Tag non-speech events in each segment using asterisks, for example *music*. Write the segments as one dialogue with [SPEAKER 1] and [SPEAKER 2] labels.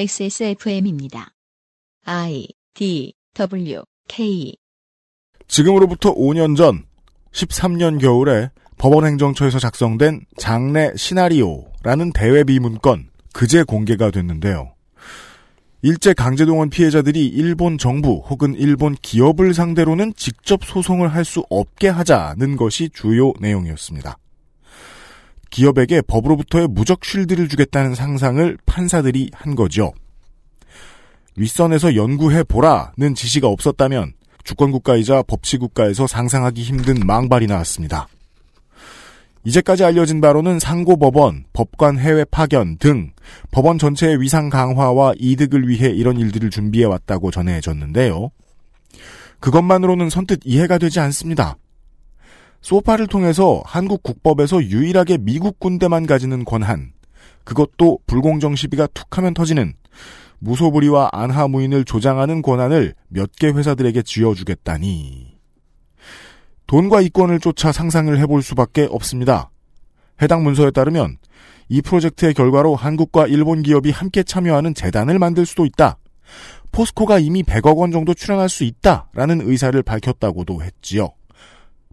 [SPEAKER 1] XSFM입니다. I D W K
[SPEAKER 2] 지금으로부터 5년 전 13년 겨울에 법원행정처에서 작성된 장례 시나리오라는 대외 비문건 그제 공개가 됐는데요. 일제 강제동원 피해자들이 일본 정부 혹은 일본 기업을 상대로는 직접 소송을 할 수 없게 하자는 것이 주요 내용이었습니다. 기업에게 법으로부터의 무적 쉴드를 주겠다는 상상을 판사들이 한 거죠. 윗선에서 연구해 보라는 지시가 없었다면 주권국가이자 법치국가에서 상상하기 힘든 망발이 나왔습니다. 이제까지 알려진 바로는 상고법원, 법관 해외 파견 등 법원 전체의 위상 강화와 이득을 위해 이런 일들을 준비해 왔다고 전해졌는데요. 그것만으로는 선뜻 이해가 되지 않습니다. 소파를 통해서 한국 국법에서 유일하게 미국 군대만 가지는 권한, 그것도 불공정 시비가 툭하면 터지는 무소불위와 안하무인을 조장하는 권한을 몇 개 회사들에게 쥐어주겠다니. 돈과 이권을 쫓아 상상을 해볼 수밖에 없습니다. 해당 문서에 따르면 이 프로젝트의 결과로 한국과 일본 기업이 함께 참여하는 재단을 만들 수도 있다. 포스코가 이미 100억 원 정도 출연할 수 있다. 라는 의사를 밝혔다고도 했지요.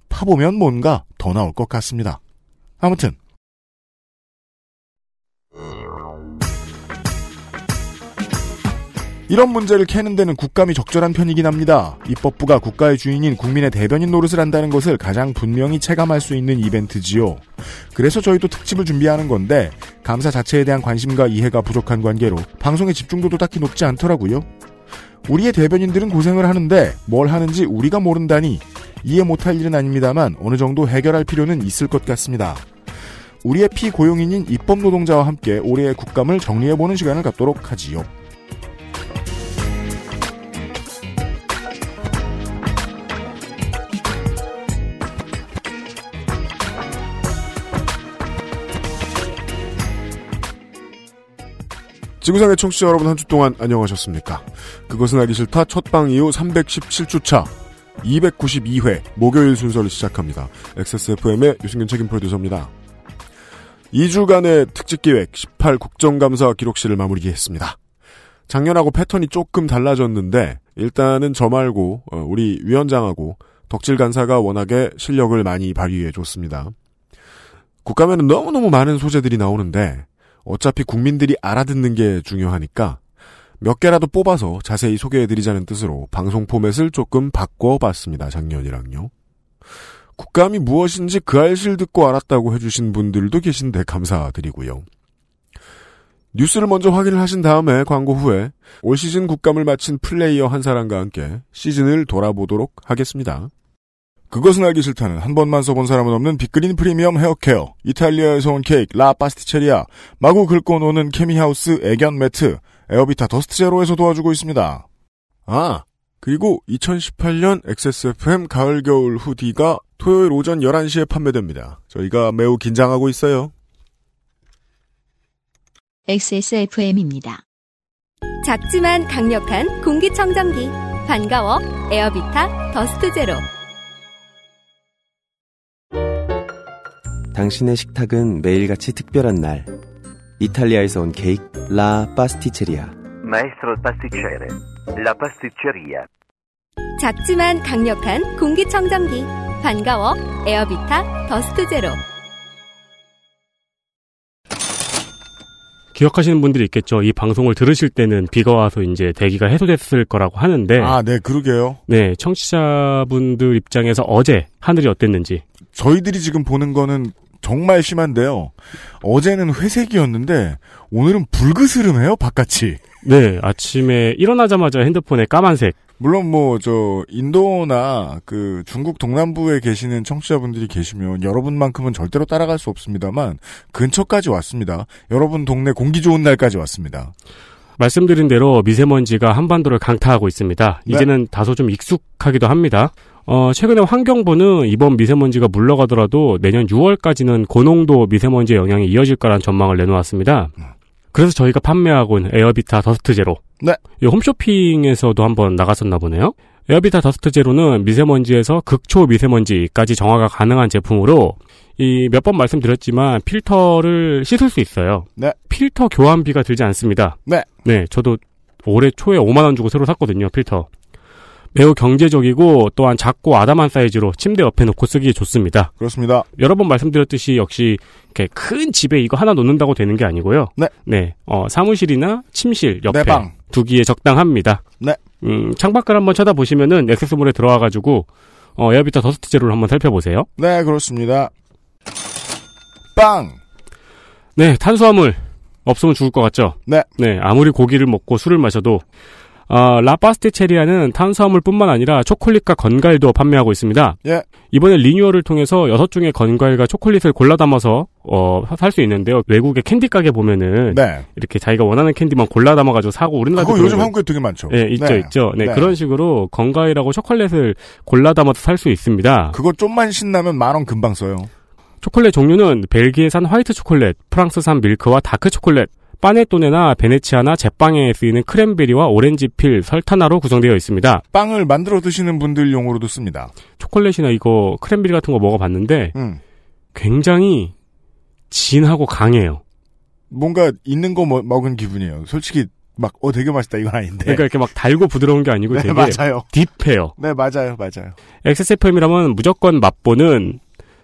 [SPEAKER 2] 파보면 뭔가 더 나올 것 같습니다. 아무튼. 이런 문제를 캐는 데는 국감이 적절한 편이긴 합니다. 입법부가 국가의 주인인 국민의 대변인 노릇을 한다는 것을 가장 분명히 체감할 수 있는 이벤트지요. 그래서 저희도 특집을 준비하는 건데 감사 자체에 대한 관심과 이해가 부족한 관계로 방송의 집중도도 딱히 높지 않더라고요. 우리의 대변인들은 고생을 하는데 뭘 하는지 우리가 모른다니 이해 못할 일은 아닙니다만 어느 정도 해결할 필요는 있을 것 같습니다. 우리의 피고용인인 입법 노동자와 함께 올해의 국감을 정리해보는 시간을 갖도록 하지요. 지구상의 청취자 여러분 한 주 동안 안녕하셨습니까? 그것은 알기 싫다 첫방 이후 317주차 292회 목요일 순서를 시작합니다. XSFM의 유승균 책임 프로듀서입니다. 2주간의 특집기획 18 국정감사 기록실을 마무리했습니다. 작년하고 패턴이 조금 달라졌는데 일단은 저 말고 어, 우리 위원장하고 덕질 간사가 워낙에 실력을 많이 발휘해 줬습니다. 국감에는 너무너무 많은 소재들이 나오는데 어차피 국민들이 알아듣는 게 중요하니까 몇 개라도 뽑아서 자세히 소개해드리자는 뜻으로 방송 포맷을 조금 바꿔봤습니다. 작년이랑요. 국감이 무엇인지 그 알실 듣고 알았다고 해주신 분들도 계신데 감사드리고요. 뉴스를 먼저 확인을 하신 다음에 광고 후에 올 시즌 국감을 마친 플레이어 한 사람과 함께 시즌을 돌아보도록 하겠습니다. 그것은 알기 싫다는 한 번만 써본 사람은 없는 빅그린 프리미엄 헤어케어, 이탈리아에서 온 케이크 라 파스티체리아, 마구 긁고 노는 케미하우스 애견 매트, 에어비타 더스트 제로에서 도와주고 있습니다. 아, 그리고 2018년 XSFM 가을 겨울 후디가 토요일 오전 11시에 판매됩니다. 저희가 매우 긴장하고 있어요.
[SPEAKER 1] XSFM입니다.
[SPEAKER 3] 작지만 강력한 공기청정기 반가워 에어비타 더스트 제로
[SPEAKER 4] 당신의 식탁은 매일같이 특별한 날. 이탈리아에서 온 케이크 라 파스티체리아.
[SPEAKER 5] Maestro pasticcere. La pasticceria.
[SPEAKER 3] 작지만 강력한 공기청정기 반가워 에어비타 더스트 제로
[SPEAKER 6] 기억하시는 분들이 있겠죠. 이 방송을 들으실 때는 비가 와서 이제 대기가 해소됐을 거라고 하는데,
[SPEAKER 2] 아, 네, 그러게요.
[SPEAKER 6] 네, 청취자분들 입장에서 어제 하늘이 어땠는지,
[SPEAKER 2] 저희들이 지금 보는 거는 정말 심한데요. 어제는 회색이었는데 오늘은 붉으스름해요, 바깥이.
[SPEAKER 6] 네, 아침에 일어나자마자 핸드폰에 까만색,
[SPEAKER 2] 물론 뭐 저 인도나 그 중국 동남부에 계시는 청취자분들이 계시면 여러분만큼은 절대로 따라갈 수 없습니다만 근처까지 왔습니다. 여러분 동네 공기 좋은 날까지 왔습니다.
[SPEAKER 6] 말씀드린 대로 미세먼지가 한반도를 강타하고 있습니다.
[SPEAKER 2] 네.
[SPEAKER 6] 이제는 다소 좀 익숙하기도 합니다. 어, 최근에 환경부는 이번 미세먼지가 물러가더라도 내년 6월까지는 고농도 미세먼지의 영향이 이어질 거라는 전망을 내놓았습니다. 그래서 저희가 판매하고 있는 에어비타 더스트 제로.
[SPEAKER 2] 네.
[SPEAKER 6] 이 홈쇼핑에서도 한번 나갔었나 보네요. 에어비타 더스트 제로는 미세먼지에서 극초 미세먼지까지 정화가 가능한 제품으로 이 몇 번 말씀드렸지만 필터를 씻을 수 있어요.
[SPEAKER 2] 네.
[SPEAKER 6] 필터 교환비가 들지 않습니다.
[SPEAKER 2] 네.
[SPEAKER 6] 네, 저도 올해 초에 5만 원 주고 새로 샀거든요, 필터. 매우 경제적이고 또한 작고 아담한 사이즈로 침대 옆에 놓고 쓰기에 좋습니다.
[SPEAKER 2] 그렇습니다.
[SPEAKER 6] 여러 번 말씀드렸듯이 역시 이렇게 큰 집에 이거 하나 놓는다고 되는 게 아니고요.
[SPEAKER 2] 네.
[SPEAKER 6] 어, 사무실이나 침실 옆에
[SPEAKER 2] 내 방.
[SPEAKER 6] 두기에 적당합니다.
[SPEAKER 2] 네.
[SPEAKER 6] 음, 창밖을 한번 쳐다보시면은 액세스몰에 들어와가지고 어, 에어비타 더스트 제로를 한번 살펴보세요.
[SPEAKER 2] 네, 그렇습니다. 빵.
[SPEAKER 6] 네, 탄수화물 없으면 죽을 것 같죠.
[SPEAKER 2] 네.
[SPEAKER 6] 아무리 고기를 먹고 술을 마셔도 아, 라파스티체리아는 탄수화물뿐만 아니라 초콜릿과 건과일도 판매하고 있습니다.
[SPEAKER 2] 예.
[SPEAKER 6] 이번에 리뉴얼을 통해서 여섯 종의 건과일과 초콜릿을 골라 담아서 어, 살 수 있는데요. 외국의 캔디 가게 보면은
[SPEAKER 2] 네.
[SPEAKER 6] 이렇게 자기가 원하는 캔디만 골라 담아가지고 사고 우리나라도
[SPEAKER 2] 그거
[SPEAKER 6] 그런
[SPEAKER 2] 요즘
[SPEAKER 6] 거-
[SPEAKER 2] 한국에 되게 많죠.
[SPEAKER 6] 예, 있죠,
[SPEAKER 2] 네.
[SPEAKER 6] 있죠. 네,
[SPEAKER 2] 네.
[SPEAKER 6] 그런 식으로 건과일하고 초콜릿을 골라 담아서 살 수 있습니다.
[SPEAKER 2] 그거 좀만 신나면 만 원 금방 써요.
[SPEAKER 6] 초콜릿 종류는 벨기에산 화이트 초콜릿, 프랑스산 밀크와 다크 초콜릿, 파네토네나 베네치아나 제빵에 쓰이는 크랜베리와 오렌지필, 설탕화로 구성되어 있습니다.
[SPEAKER 2] 빵을 만들어 드시는 분들용으로도 씁니다.
[SPEAKER 6] 초콜릿이나 이거 크랜베리 같은 거 먹어봤는데
[SPEAKER 2] 음.
[SPEAKER 6] 굉장히 진하고 강해요.
[SPEAKER 2] 뭔가 있는 거 먹- 먹은 기분이에요. 솔직히 막 어 되게 맛있다 이건 아닌데.
[SPEAKER 6] 그러니까 이렇게 막 달고 부드러운 게 아니고
[SPEAKER 2] 네,
[SPEAKER 6] 되게
[SPEAKER 2] 맞아요.
[SPEAKER 6] 딥해요.
[SPEAKER 2] 네, 맞아요. 맞아요.
[SPEAKER 6] XSFM이라면 무조건 맛보는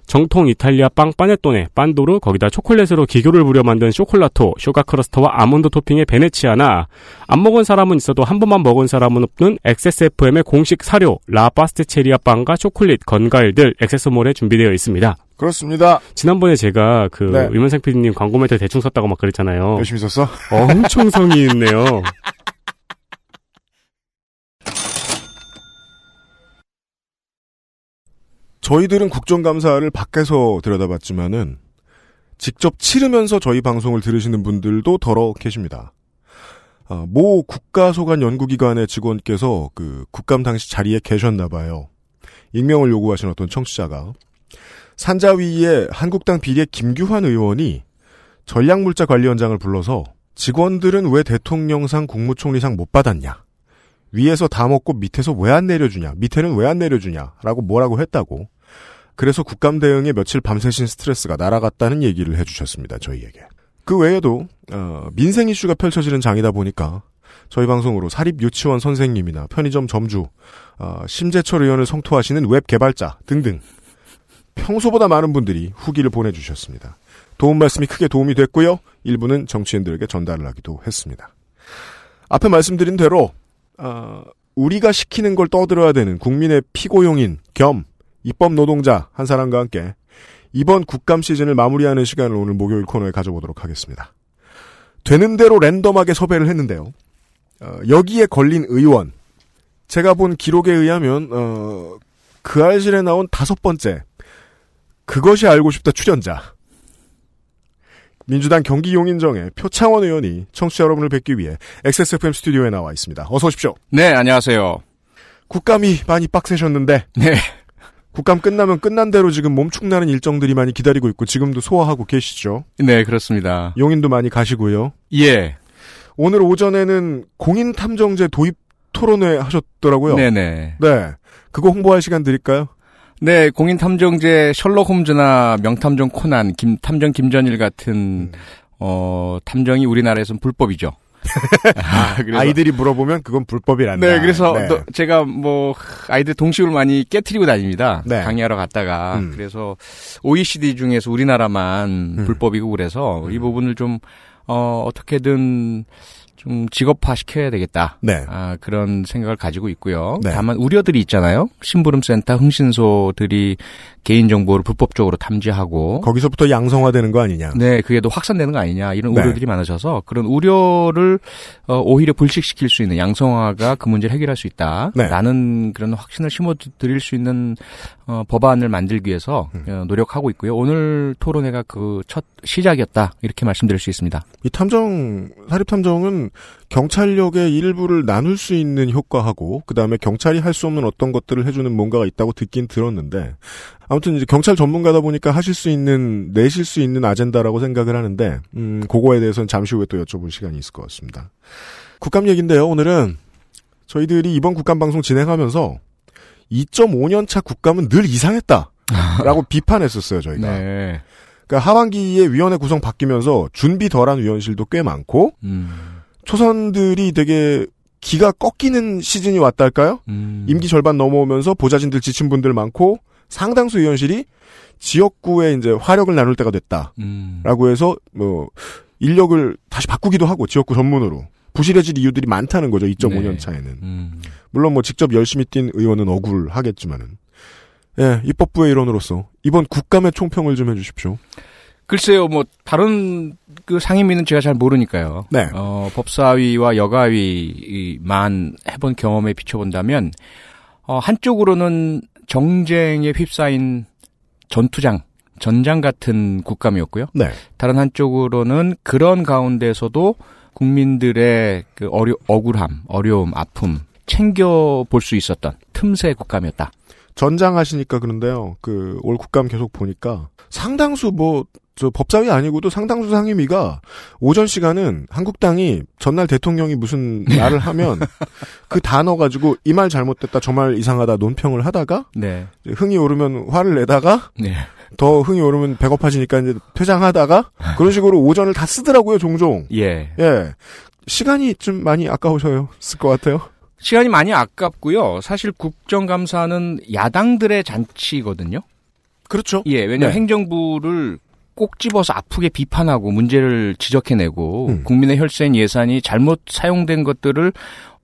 [SPEAKER 6] 정통 이탈리아 빵 파네토네, 빤도르, 거기다 초콜릿으로 기교를 부려 만든 쇼콜라토, 쇼가 크러스터와 아몬드 토핑의 베네치아나, 안 먹은 사람은 있어도 한 번만 먹은 사람은 없는 XSFM의 공식 사료, 라파스티체리아 빵과 초콜릿, 건과일들, 액세스몰에 준비되어 있습니다.
[SPEAKER 2] 그렇습니다.
[SPEAKER 6] 지난번에 제가 그,
[SPEAKER 2] 네.
[SPEAKER 6] 유면상 PD님 광고 멘트 대충 썼다고 막 그랬잖아요.
[SPEAKER 2] 열심히 썼어?
[SPEAKER 6] 엄청 성의 있네요.
[SPEAKER 2] 저희들은 국정감사를 밖에서 들여다봤지만은 직접 치르면서 저희 방송을 들으시는 분들도 덜어 계십니다. 아, 모 국가소관 연구기관의 직원께서 그 국감 당시 자리에 계셨나 봐요. 익명을 요구하신 어떤 청취자가 산자위의 한국당 비례 김규환 의원이 전략물자 관리원장을 불러서 직원들은 왜 대통령상 국무총리상 못 받았냐? 위에서 다 먹고 밑에서 왜 안 내려주냐, 밑에는 왜 안 내려주냐라고 뭐라고 했다고. 그래서 국감 대응에 며칠 밤새신 스트레스가 날아갔다는 얘기를 해주셨습니다, 저희에게. 그 외에도, 어, 민생 이슈가 펼쳐지는 장이다 보니까, 저희 방송으로 사립유치원 선생님이나 편의점 점주, 어, 심재철 의원을 성토하시는 웹 개발자 등등, 평소보다 많은 분들이 후기를 보내주셨습니다. 도움 말씀이 크게 도움이 됐고요. 일부는 정치인들에게 전달을 하기도 했습니다. 앞에 말씀드린 대로 아, 우리가 시키는 걸 떠들어야 되는 국민의 피고용인 겸 입법 노동자 한 사람과 함께 이번 국감 시즌을 마무리하는 시간을 오늘 목요일 코너에 가져보도록 하겠습니다. 되는 대로 랜덤하게 섭외를 했는데요. 어, 여기에 걸린 의원 제가 본 기록에 의하면 어, 그 알실에 나온 다섯 번째 그것이 알고 싶다 출연자 민주당 경기 용인정의 표창원 의원이 청취자 여러분을 뵙기 위해 XSFM 스튜디오에 나와 있습니다. 어서 오십시오.
[SPEAKER 7] 네, 안녕하세요.
[SPEAKER 2] 국감이 많이 빡세셨는데
[SPEAKER 7] 네.
[SPEAKER 2] 국감 끝나면 끝난 대로 지금 몸축나는 일정들이 많이 기다리고 있고 지금도 소화하고 계시죠.
[SPEAKER 7] 네, 그렇습니다.
[SPEAKER 2] 용인도 많이 가시고요.
[SPEAKER 7] 예.
[SPEAKER 2] 오늘 오전에는 공인 탐정제 도입 토론회 하셨더라고요.
[SPEAKER 7] 네네.
[SPEAKER 2] 네. 그거 홍보할 시간 드릴까요?
[SPEAKER 7] 네, 공인탐정제 셜록 홈즈나 명탐정 코난, 김, 탐정 김전일
[SPEAKER 2] 음.
[SPEAKER 7] 같은, 어, 탐정이 우리나라에선 불법이죠. 아,
[SPEAKER 2] *laughs* 아이들이 물어보면 그건 불법이란다.
[SPEAKER 7] 네, 그래서
[SPEAKER 2] 네.
[SPEAKER 7] 또 제가 뭐 아이들 동식을 많이 깨트리고 다닙니다.
[SPEAKER 2] 네.
[SPEAKER 7] 강의하러 갔다가
[SPEAKER 2] 음.
[SPEAKER 7] 그래서 OECD 중에서 우리나라만
[SPEAKER 2] 음.
[SPEAKER 7] 불법이고 그래서 이 부분을 좀 어, 어떻게든 좀 직업화 시켜야 되겠다.
[SPEAKER 2] 네.
[SPEAKER 7] 아, 그런 생각을 가지고 있고요.
[SPEAKER 2] 네.
[SPEAKER 7] 다만 우려들이 있잖아요. 심부름센터 흥신소들이 개인정보를 불법적으로 탐지하고
[SPEAKER 2] 거기서부터 양성화되는 거 아니냐.
[SPEAKER 7] 네, 그게 또 확산되는 거 아니냐 이런
[SPEAKER 2] 네.
[SPEAKER 7] 우려들이 많으셔서 그런 우려를 어, 오히려 불식시킬 수 있는 양성화가 그 문제를 해결할
[SPEAKER 2] 네.
[SPEAKER 7] 수 있다라는 그런 확신을 심어드릴 수 있는 어, 법안을 만들기 위해서
[SPEAKER 2] 음.
[SPEAKER 7] 어, 노력하고 있고요. 오늘 토론회가 그 첫 시작이었다 이렇게 말씀드릴 수 있습니다.
[SPEAKER 2] 이 탐정 사립 탐정은 경찰력의 일부를 나눌 수 있는 효과하고 그 다음에 경찰이 할 수 없는 어떤 것들을 해주는 뭔가가 있다고 듣긴 들었는데 아무튼 이제 경찰 전문가다 보니까 하실 수 있는 내실 수 있는 아젠다라고 생각을 하는데 음 그거에 대해서는 잠시 후에 또 여쭤볼 시간이 있을 것 같습니다. 국감 얘긴데요 오늘은 저희들이 이번 국감 방송 진행하면서 2.5년 차 국감은 늘 이상했다. 라고 비판했었어요, 저희가.
[SPEAKER 7] 네.
[SPEAKER 2] 그러니까 하반기에 위원회 구성 바뀌면서 준비 덜한 위원실도 꽤 많고,
[SPEAKER 7] 음.
[SPEAKER 2] 초선들이 되게 기가 꺾이는 시즌이 왔달까요?
[SPEAKER 7] 음.
[SPEAKER 2] 임기 절반 넘어오면서 보좌진들 지친 분들 많고, 상당수 위원실이 지역구에 이제 화력을 나눌 때가 됐다.
[SPEAKER 7] 음.
[SPEAKER 2] 라고 해서, 뭐, 인력을 다시 바꾸기도 하고, 지역구 전문으로. 부실해질 이유들이 많다는 거죠, 2.5년
[SPEAKER 7] 네.
[SPEAKER 2] 차에는.
[SPEAKER 7] 음.
[SPEAKER 2] 물론 뭐 직접 열심히 뛴 의원은 억울하겠지만은. 예, 입법부의 일원으로서 이번 국감의 총평을 좀 해주십시오.
[SPEAKER 7] 글쎄요, 뭐 다른 그 상임위는 제가 잘 모르니까요.
[SPEAKER 2] 네.
[SPEAKER 7] 어, 법사위와 여가위만 해본 경험에 비춰본다면 어, 한쪽으로는 정쟁에 휩싸인 전투장, 전장 같은 국감이었고요.
[SPEAKER 2] 네.
[SPEAKER 7] 다른 한쪽으로는 그런 가운데서도 국민들의 그 어려, 억울함, 어려움, 아픔 챙겨 볼 수 있었던 틈새 국감이었다.
[SPEAKER 2] 전장하시니까 그런데요. 그 올 국감 계속 보니까 상당수 뭐 저 법사위 아니고도 상당수 상임위가 오전 시간은 한국당이 전날 대통령이 무슨 말을 하면 그 단어 가지고 이 말 잘못됐다 저 말 이상하다 논평을 하다가
[SPEAKER 7] 네.
[SPEAKER 2] 이제 흥이 오르면 화를 내다가
[SPEAKER 7] 네.
[SPEAKER 2] 더 흥이 오르면 배고파지니까 이제 퇴장하다가 그런 식으로 오전을 다 쓰더라고요 종종.
[SPEAKER 7] 예.
[SPEAKER 2] 예. 시간이 좀 많이 아까우셔요. 쓸 것 같아요.
[SPEAKER 7] 시간이 많이 아깝고요. 사실 국정감사는 야당들의 잔치거든요.
[SPEAKER 2] 그렇죠.
[SPEAKER 7] 예, 왜냐하면
[SPEAKER 2] 네.
[SPEAKER 7] 행정부를 꼭 집어서 아프게 비판하고 문제를 지적해내고
[SPEAKER 2] 음.
[SPEAKER 7] 국민의 혈세인 예산이 잘못 사용된 것들을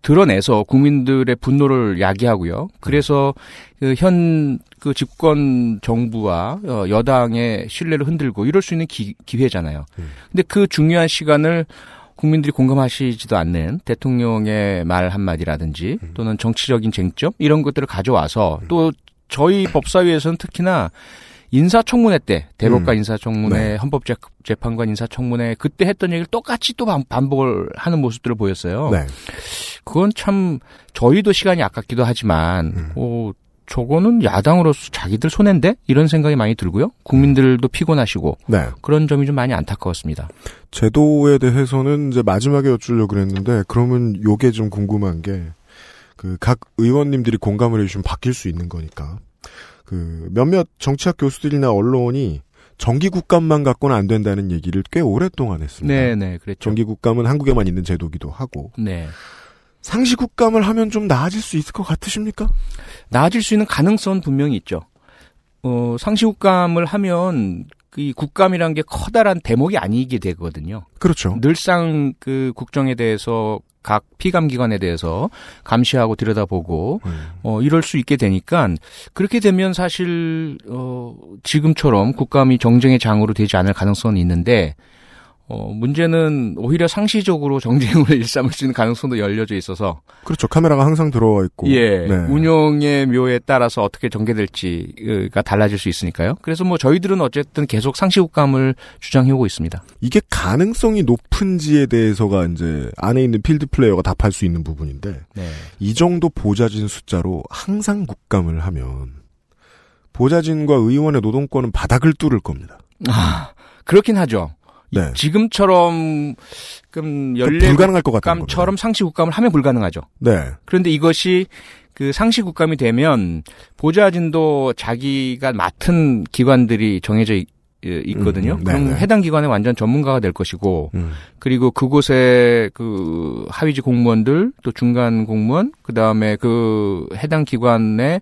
[SPEAKER 7] 드러내서 국민들의 분노를 야기하고요. 그래서 현그 집권 정부와 어, 여당의 신뢰를 흔들고 이럴 수 있는 기, 회잖아요
[SPEAKER 2] 음.
[SPEAKER 7] 근데 그 중요한 시간을 국민들이 공감하시지도 않는 대통령의 말 한마디라든지
[SPEAKER 2] 음.
[SPEAKER 7] 또는 정치적인 쟁점 이런 것들을 가져와서 또 저희 법사위에서는 특히나 인사청문회 때 대법관
[SPEAKER 2] 음.
[SPEAKER 7] 인사청문회,
[SPEAKER 2] 네.
[SPEAKER 7] 헌법재판관 인사청문회 그때 했던 얘기를 똑같이 또 반- 반복을 하는 모습들을 보였어요.
[SPEAKER 2] 네.
[SPEAKER 7] 그건 참 저희도 시간이 아깝기도 하지만
[SPEAKER 2] 음.
[SPEAKER 7] 어, 저거는 야당으로서 자기들 손해인데 이런 생각이 많이 들고요. 국민들도 피곤하시고
[SPEAKER 2] 네.
[SPEAKER 7] 그런 점이 좀 많이 안타까웠습니다.
[SPEAKER 2] 제도에 대해서는 이제 마지막에 여쭈려고 그랬는데, 그러면 요게 좀 궁금한 게, 그, 각 의원님들이 공감을 해주시면 바뀔 수 있는 거니까. 그, 몇몇 정치학 교수들이나 언론이 정기국감만 갖고는 안 된다는 얘기를 꽤 오랫동안 했습니다.
[SPEAKER 7] 네, 네, 그랬죠.
[SPEAKER 2] 정기국감은 한국에만 있는 제도기도 하고,
[SPEAKER 7] 네.
[SPEAKER 2] 상시국감을 하면 좀 나아질 수 있을 것 같으십니까?
[SPEAKER 7] 나아질 수 있는 가능성은 분명히 있죠. 어, 상시국감을 하면 그이 국감이란 게 커다란 대목이 아니게 되거든요.
[SPEAKER 2] 그렇죠.
[SPEAKER 7] 늘상 그 국정에 대해서 각 피감 기관에 대해서 감시하고 들여다보고
[SPEAKER 2] 음.
[SPEAKER 7] 어 이럴 수 있게 되니까 그렇게 되면 사실 어 지금처럼 국감이 정쟁의 장으로 되지 않을 가능성은 있는데 어 문제는 오히려 상시적으로 *laughs* 정쟁으로 일삼을 수 있는 가능성도 열려져 있어서
[SPEAKER 2] 그렇죠. 카메라가 항상 들어와 있고.
[SPEAKER 7] 예,
[SPEAKER 2] 네.
[SPEAKER 7] 운영의 묘에 따라서 어떻게 전개될지가 달라질 수 있으니까요. 그래서 뭐 저희들은 어쨌든 계속 상시국감을 주장해오고 있습니다.
[SPEAKER 2] 이게 가능성이 높은지에 대해서가 이제 안에 있는 필드 플레이어가 답할 수 있는 부분인데
[SPEAKER 7] 네.
[SPEAKER 2] 이 정도 보좌진 숫자로 항상 국감을 하면 보좌진과 의원의 노동권은 바닥을 뚫을 겁니다.
[SPEAKER 7] 아, 그렇긴 하죠.
[SPEAKER 2] 네.
[SPEAKER 7] 지금처럼 그
[SPEAKER 2] 좀
[SPEAKER 7] 연례
[SPEAKER 2] 불가능할 것 같다는
[SPEAKER 7] 국감처럼 상시 국감을 하면 불가능하죠.
[SPEAKER 2] 거예요. 네.
[SPEAKER 7] 그런데 이것이 그 상시 국감이 되면 보좌진도 자기가 맡은 기관들이 정해져 있, 거든요
[SPEAKER 2] 음, 음,
[SPEAKER 7] 그럼
[SPEAKER 2] 네네.
[SPEAKER 7] 해당 기관의 완전 전문가가 될 것이고
[SPEAKER 2] 음.
[SPEAKER 7] 그리고 그곳에 그 하위직 공무원들 또 중간 공무원 그다음에 그 해당 기관의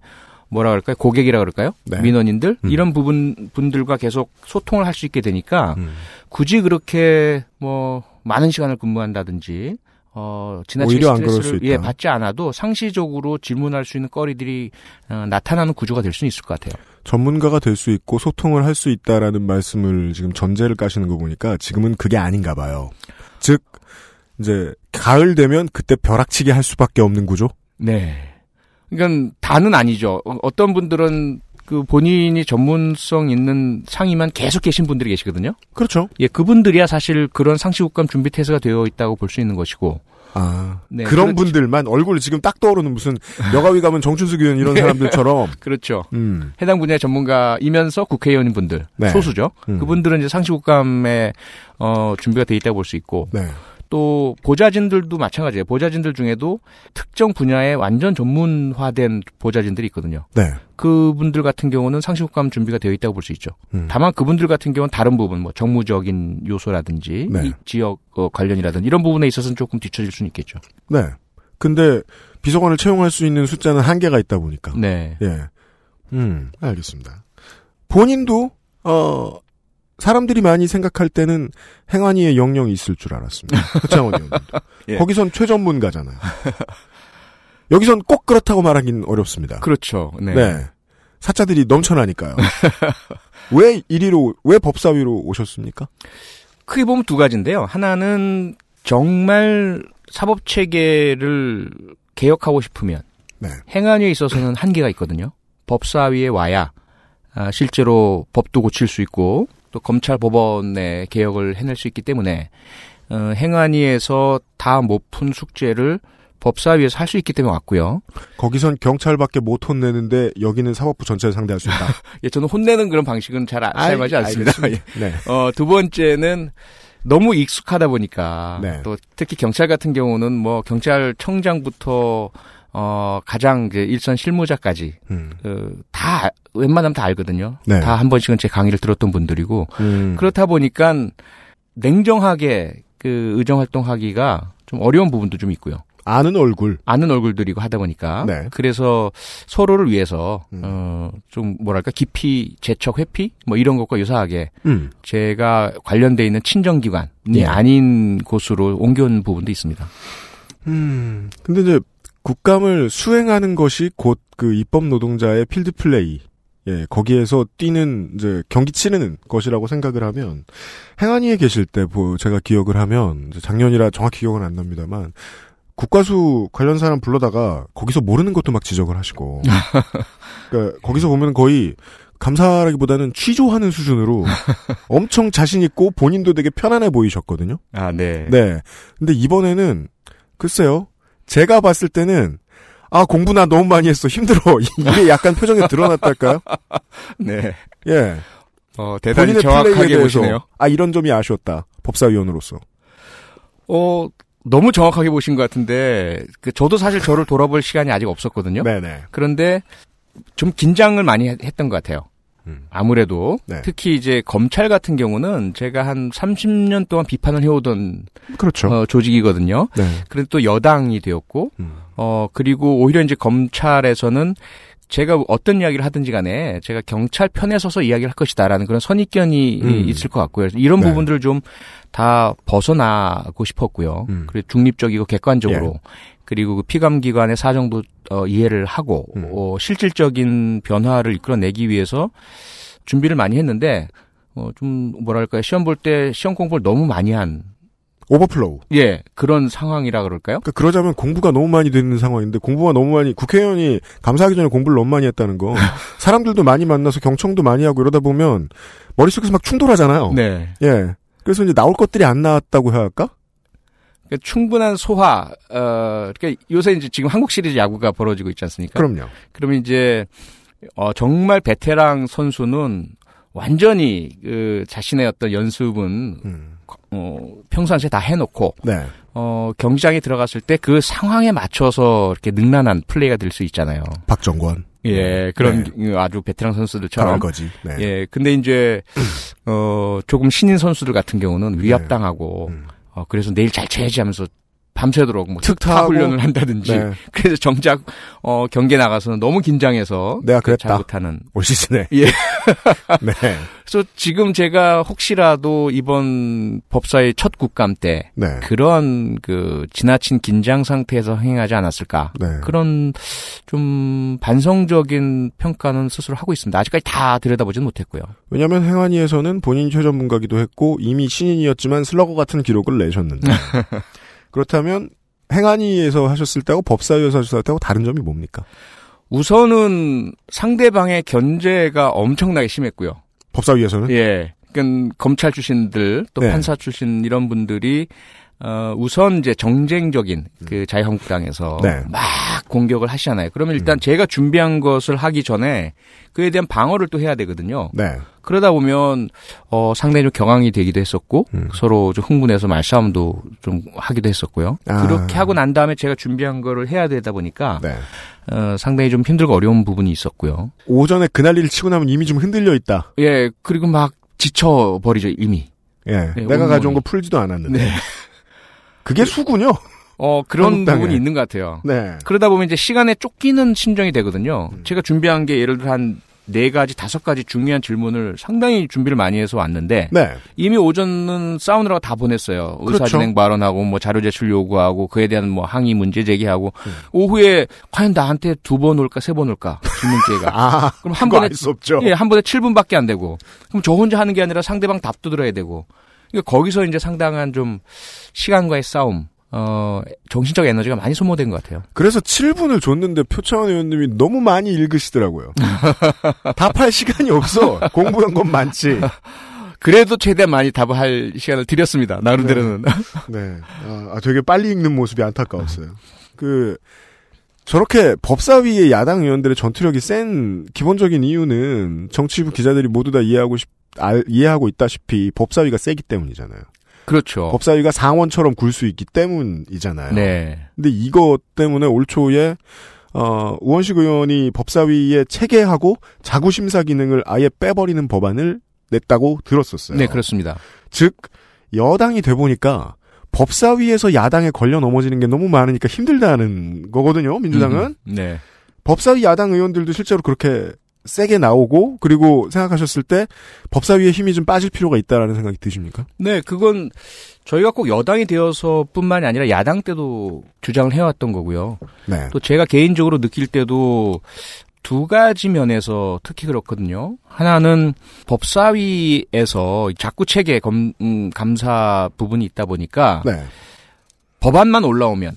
[SPEAKER 7] 뭐라 그럴까요? 고객이라 그럴까요?
[SPEAKER 2] 네.
[SPEAKER 7] 민원인들
[SPEAKER 2] 음.
[SPEAKER 7] 이런 부분 분들과 계속 소통을 할 수 있게 되니까
[SPEAKER 2] 음.
[SPEAKER 7] 굳이 그렇게 뭐 많은 시간을 근무한다든지 어 지나치게
[SPEAKER 2] 오히려 안 그럴
[SPEAKER 7] 스트레스를
[SPEAKER 2] 수 있다.
[SPEAKER 7] 예, 받지 않아도 상시적으로 질문할 수 있는 거리들이 어, 나타나는 구조가 될 수는 있을 것 같아요.
[SPEAKER 2] 전문가가 될 수 있고 소통을 할 수 있다라는 말씀을 지금 전제를 까시는 거 보니까 지금은 그게 아닌가 봐요. 즉 이제 가을 되면 그때 벼락치기 할 수밖에 없는 구조.
[SPEAKER 7] 네. 그러니까 다는 아니죠. 어, 어떤 분들은 그 본인이 전문성 있는 상의만 계속 계신 분들이 계시거든요.
[SPEAKER 2] 그렇죠.
[SPEAKER 7] 예, 그분들이야 사실 그런 상시국감 준비 태세가 되어 있다고 볼 수 있는 것이고.
[SPEAKER 2] 아,
[SPEAKER 7] 네,
[SPEAKER 2] 그런
[SPEAKER 7] 그렇죠.
[SPEAKER 2] 분들만 얼굴 지금 딱 떠오르는 무슨 여가위 가면 정춘수 의원
[SPEAKER 7] 네.
[SPEAKER 2] 이런
[SPEAKER 7] *laughs*
[SPEAKER 2] 사람들처럼
[SPEAKER 7] 그렇죠.
[SPEAKER 2] 음,
[SPEAKER 7] 해당 분야의 전문가이면서 국회의원인 분들
[SPEAKER 2] 네.
[SPEAKER 7] 소수죠.
[SPEAKER 2] 음.
[SPEAKER 7] 그분들은 이제 상시국감에 어, 준비가 돼 있다고 볼 수 있고
[SPEAKER 2] 네.
[SPEAKER 7] 또 보좌진들도 마찬가지예요. 보좌진들 중에도 특정 분야에 완전 전문화된 보좌진들이 있거든요.
[SPEAKER 2] 네.
[SPEAKER 7] 그분들 같은 경우는 상시국감 준비가 되어 있다고 볼 수 있죠.
[SPEAKER 2] 음.
[SPEAKER 7] 다만 그분들 같은 경우는 다른 부분, 뭐 정무적인 요소라든지
[SPEAKER 2] 네.
[SPEAKER 7] 이 지역 어, 관련이라든지 이런 부분에 있어서는 조금 뒤처질 수는 있겠죠.
[SPEAKER 2] 네. 근데 비서관을 채용할 수 있는 숫자는 한계가 있다 보니까.
[SPEAKER 7] 네.
[SPEAKER 2] 예. 음, 알겠습니다. 본인도 어 사람들이 많이 생각할 때는 행안위의 영역이 있을 줄 알았습니다.
[SPEAKER 7] *laughs*
[SPEAKER 2] 허창원 의원님도.
[SPEAKER 7] 예.
[SPEAKER 2] 거기선 최전문가잖아요. 여기선 꼭 그렇다고 말하기는 어렵습니다.
[SPEAKER 7] 그렇죠. 네.
[SPEAKER 2] 네. 사자들이
[SPEAKER 7] *laughs*
[SPEAKER 2] 넘쳐나니까요. 왜 이리로 왜 법사위로 오셨습니까?
[SPEAKER 7] 크게 보면 두 가지인데요. 하나는 정말 사법 체계를 개혁하고 싶으면
[SPEAKER 2] 네.
[SPEAKER 7] 행안위에 있어서는 한계가 있거든요. 법사위에 와야 아, 실제로 법도 고칠 수 있고 또 검찰 법원의 개혁을 해낼 수 있기 때문에 어, 행안위에서 다 못 푼 숙제를 법사위에서 할 수 있기 때문에 왔고요.
[SPEAKER 2] 거기선 경찰밖에 못 혼내는데 여기는 사법부 전체를 상대할 수
[SPEAKER 7] *laughs*
[SPEAKER 2] 있다.
[SPEAKER 7] 예, 저는 혼내는 그런 방식은 잘 아- 사용하지 않습니다.
[SPEAKER 2] 네.
[SPEAKER 7] 어, 두 번째는 너무 익숙하다 보니까
[SPEAKER 2] 네.
[SPEAKER 7] 또 특히 경찰 같은 경우는 뭐 경찰청장부터 어 가장 이제 일선 실무자까지
[SPEAKER 2] 음.
[SPEAKER 7] 그, 다 웬만하면 다 알거든요.
[SPEAKER 2] 네.
[SPEAKER 7] 다 한 번씩은 제 강의를 들었던 분들이고
[SPEAKER 2] 음.
[SPEAKER 7] 그렇다 보니까 냉정하게 그 의정 활동하기가 좀 어려운 부분도 좀 있고요.
[SPEAKER 2] 아는 얼굴.
[SPEAKER 7] 아는 얼굴들이고 하다 보니까
[SPEAKER 2] 네.
[SPEAKER 7] 그래서 서로를 위해서
[SPEAKER 2] 음.
[SPEAKER 7] 어, 좀 뭐랄까 깊이 재척 회피 뭐 이런 것과 유사하게
[SPEAKER 2] 음.
[SPEAKER 7] 제가 관련돼 있는 친정기관이
[SPEAKER 2] 예.
[SPEAKER 7] 아닌 곳으로 옮겨온 부분도 있습니다.
[SPEAKER 2] 음. 근데 이제 국감을 수행하는 것이 곧 그 입법 노동자의 필드 플레이. 예, 거기에서 뛰는 이제 경기 치르는 것이라고 생각을 하면 행안위에 계실 때 보- 제가 기억을 하면 이제 작년이라 정확히 기억은 안 납니다만 국과수 관련 사람 불러다가 거기서 모르는 것도 막 지적을 *laughs* 하시고 그러니까 거기서 보면 거의 감사라기보다는 취조하는 *laughs* 수준으로 엄청 자신 있고 본인도 되게 편안해 보이셨거든요.
[SPEAKER 7] 아, 네.
[SPEAKER 2] 네. 근데 이번에는 글쎄요. 제가 봤을 때는 아 공부 나 너무 많이 했어 힘들어 *laughs* 이게 약간 표정에 드러났달까요?
[SPEAKER 7] *laughs* 네.
[SPEAKER 2] 예.
[SPEAKER 7] 어, 대단히
[SPEAKER 2] 플레이에
[SPEAKER 7] 정확하게
[SPEAKER 2] 대해서
[SPEAKER 7] 보시네요.
[SPEAKER 2] 아 이런 점이 아쉬웠다 법사위원으로서.
[SPEAKER 7] 어, 너무 정확하게 보신 것 같은데 그 저도 사실 저를 돌아볼 시간이 아직 없었거든요.
[SPEAKER 2] 네네.
[SPEAKER 7] 그런데 좀 긴장을 많이 했- 했던 것 같아요.
[SPEAKER 2] 음.
[SPEAKER 7] 아무래도
[SPEAKER 2] 네.
[SPEAKER 7] 특히 이제 검찰 같은 경우는 제가 한 30년 동안 비판을 해오던
[SPEAKER 2] 그렇죠.
[SPEAKER 7] 어, 조직이거든요.
[SPEAKER 2] 네.
[SPEAKER 7] 그런데 또 여당이 되었고
[SPEAKER 2] 음.
[SPEAKER 7] 어, 그리고 오히려 이제 검찰에서는 제가 어떤 이야기를 하든지 간에 제가 경찰 편에 서서 이야기를 할 것이다라는 그런 선입견이
[SPEAKER 2] 음.
[SPEAKER 7] 있을 것 같고요. 그래서 이런
[SPEAKER 2] 네.
[SPEAKER 7] 부분들을 좀 다 벗어나고 싶었고요.
[SPEAKER 2] 음. 예.
[SPEAKER 7] 그리고 중립적이고 객관적으로 그리고 그 피감기관의 사정도 어, 이해를 하고
[SPEAKER 2] 음.
[SPEAKER 7] 어, 실질적인 변화를 이끌어내기 위해서 준비를 많이 했는데 어, 좀 뭐랄까요. 시험 볼 때 시험 공부를 너무 많이 한
[SPEAKER 2] 오버플로우.
[SPEAKER 7] 예, 그런 상황이라 그럴까요?
[SPEAKER 2] 그러니까 그러자면 공부가 너무 많이 되는 상황인데 공부가 너무 많이 국회의원이 감사하기 전에 공부를 너무 많이 했다는
[SPEAKER 7] *laughs*
[SPEAKER 2] 거 사람들도 많이 만나서 경청도 많이 하고 이러다 보면 머릿속에서 막 충돌하잖아요.
[SPEAKER 7] 네.
[SPEAKER 2] 예. 그래서 이제 나올 것들이 안 나왔다고 해야 할까?
[SPEAKER 7] 그러니까 충분한 소화, 어, 그러니까 요새 이제 지금 한국 시리즈 야구가 벌어지고 있지 않습니까?
[SPEAKER 2] 그럼요.
[SPEAKER 7] 그럼 이제, 어, 정말 베테랑 선수는 완전히 그 자신의 어떤 연습은
[SPEAKER 2] 음.
[SPEAKER 7] 어, 평상시에 다 해놓고,
[SPEAKER 2] 네.
[SPEAKER 7] 어, 경기장에 들어갔을 때 그 상황에 맞춰서 이렇게 능란한 플레이가 될 수 있잖아요.
[SPEAKER 2] 박정권.
[SPEAKER 7] 예, 그런 아주 베테랑 선수들처럼.
[SPEAKER 2] 거지. 네.
[SPEAKER 7] 예, 근데 이제, *clears throat* 어, 조금 신인 선수들 같은 경우는 위압당하고,
[SPEAKER 2] 네. 음.
[SPEAKER 7] 어, 그래서 내일 잘 쳐야지 하면서 밤새도록 뭐
[SPEAKER 2] 특타하고.
[SPEAKER 7] 특타 훈련을 한다든지.
[SPEAKER 2] 네.
[SPEAKER 7] *laughs* 그래서 정작, 어, 경기에 나가서는 너무 긴장해서.
[SPEAKER 2] 내가
[SPEAKER 7] 잘
[SPEAKER 2] 그랬다.
[SPEAKER 7] 못하는.
[SPEAKER 2] 올 시즌에.
[SPEAKER 7] 예.
[SPEAKER 2] *laughs* 네.
[SPEAKER 7] 그래서 지금 제가 혹시라도 이번 법사의 첫 국감 때
[SPEAKER 2] 네.
[SPEAKER 7] 그런 그 지나친 긴장 상태에서 행하지 않았을까.
[SPEAKER 2] 네.
[SPEAKER 7] 그런 좀 반성적인 평가는 스스로 하고 있습니다. 아직까지 다 들여다보지는 못했고요.
[SPEAKER 2] 왜냐하면 행안위에서는 본인이 최전문가기도 했고 이미 신인이었지만 슬러거 같은 기록을
[SPEAKER 7] *laughs*
[SPEAKER 2] 내셨는데 그렇다면 행안위에서 하셨을 때하고 법사위에서 하셨을 때하고 다른 점이 뭡니까?
[SPEAKER 7] 우선은 상대방의 견제가 엄청나게 심했고요.
[SPEAKER 2] 법사위에서는
[SPEAKER 7] 예. 그러니까 검찰 출신들 또
[SPEAKER 2] 음. 네.
[SPEAKER 7] 판사 출신 이런 분들이 어, 우선 이제 정쟁적인 그 자유한국당에서
[SPEAKER 2] 음. 네.
[SPEAKER 7] 어,
[SPEAKER 2] 음.
[SPEAKER 7] 막 공격을 하시잖아요. 그러면 일단 제가 준비한 것을 하기 전에 그에 대한 방어를 또 해야 되거든요.
[SPEAKER 2] 네.
[SPEAKER 7] 그러다 보면 어, 상당히 좀 경황이 되기도 했었고
[SPEAKER 2] 음.
[SPEAKER 7] 서로 좀 흥분해서 말싸움도 좀 하기도 했었고요.
[SPEAKER 2] 아.
[SPEAKER 7] 그렇게 하고 난 다음에 제가 준비한 거를 해야 되다 보니까
[SPEAKER 2] 네.
[SPEAKER 7] 어, 상당히 좀 힘들고 어려운 부분이 있었고요.
[SPEAKER 2] 오전에 그날리를 치고 나면 이미 좀 흔들려 있다.
[SPEAKER 7] 예, 그리고 막 지쳐 버리죠 이미.
[SPEAKER 2] 예.
[SPEAKER 7] 네,
[SPEAKER 2] 내가
[SPEAKER 7] 온몸이.
[SPEAKER 2] 가져온 거 풀지도 않았는데.
[SPEAKER 7] 네.
[SPEAKER 2] 그게 수군요.
[SPEAKER 7] 어 그런
[SPEAKER 2] 한국당에.
[SPEAKER 7] 부분이 있는 것 같아요.
[SPEAKER 2] 네.
[SPEAKER 7] 그러다 보면 이제 시간에 쫓기는 심정이 되거든요. 제가 준비한 게 예를 들어 한 네 가지, 다섯 가지 중요한 질문을 상당히 준비를 많이 해서 왔는데
[SPEAKER 2] 네.
[SPEAKER 7] 이미 오전은 싸우느라고 다 보냈어요.
[SPEAKER 2] 그렇죠.
[SPEAKER 7] 의사진행 발언하고 뭐 자료 제출 요구하고 그에 대한 뭐 항의 문제 제기하고 오후에 과연 나한테 두 번 올까 세 번 올까 질문 *laughs* 기회가
[SPEAKER 2] 아,
[SPEAKER 7] 그럼 한
[SPEAKER 2] 그거
[SPEAKER 7] 번에
[SPEAKER 2] 알수
[SPEAKER 7] *laughs*
[SPEAKER 2] 없죠.
[SPEAKER 7] 예, 한 번에 7분밖에 안 되고 그럼 저 혼자 하는 게 아니라 상대방 답도 들어야 되고 그러니까 거기서 이제 상당한 좀 시간과의 싸움 어 정신적 에너지가 많이 소모된 것 같아요.
[SPEAKER 2] 그래서 7분을 줬는데 표창원 의원님이 너무 많이
[SPEAKER 7] *laughs*
[SPEAKER 2] 읽으시더라고요. 답할 시간이 없어. 공부한 건 많지.
[SPEAKER 7] 그래도 최대한 많이 답을 할 시간을 드렸습니다. 나름대로는.
[SPEAKER 2] 네. 아, 아, 되게 빨리 읽는 모습이 안타까웠어요. 그, 저렇게 법사위의 야당 의원들의 전투력이 센 기본적인 이유는 정치부 기자들이 모두 다 이해하고 싶, 알- 이해하고 있다시피 법사위가 세기 때문이잖아요.
[SPEAKER 7] *laughs* 그렇죠.
[SPEAKER 2] 법사위가 상원처럼 굴 수 있기 때문이잖아요.
[SPEAKER 7] 네.
[SPEAKER 2] 근데 이것 때문에 올 초에 어, 우원식 의원이 법사위에 체계하고 자구심사 기능을 아예 빼버리는 법안을 냈다고 들었었어요.
[SPEAKER 7] 네, 그렇습니다.
[SPEAKER 2] 즉 여당이 돼 보니까 법사위에서 야당에 걸려 넘어지는 게 너무 많으니까 힘들다는 거거든요. 민주당은
[SPEAKER 7] 음, 네.
[SPEAKER 2] 법사위 야당 의원들도 실제로 그렇게 세게 나오고 그리고 생각하셨을 때 법사위에 힘이 좀 빠질 필요가 있다라는 생각이 드십니까?
[SPEAKER 7] 네, 그건 저희가 꼭 여당이 되어서뿐만이 아니라 야당 때도 주장을 해왔던 거고요.
[SPEAKER 2] 네.
[SPEAKER 7] 또 제가 개인적으로 느낄 때도 두 가지 면에서 특히 그렇거든요. 하나는 법사위에서 자꾸 체계 검, 음, 감사 부분이 있다 보니까
[SPEAKER 2] 네. 음.
[SPEAKER 7] 법안만 올라오면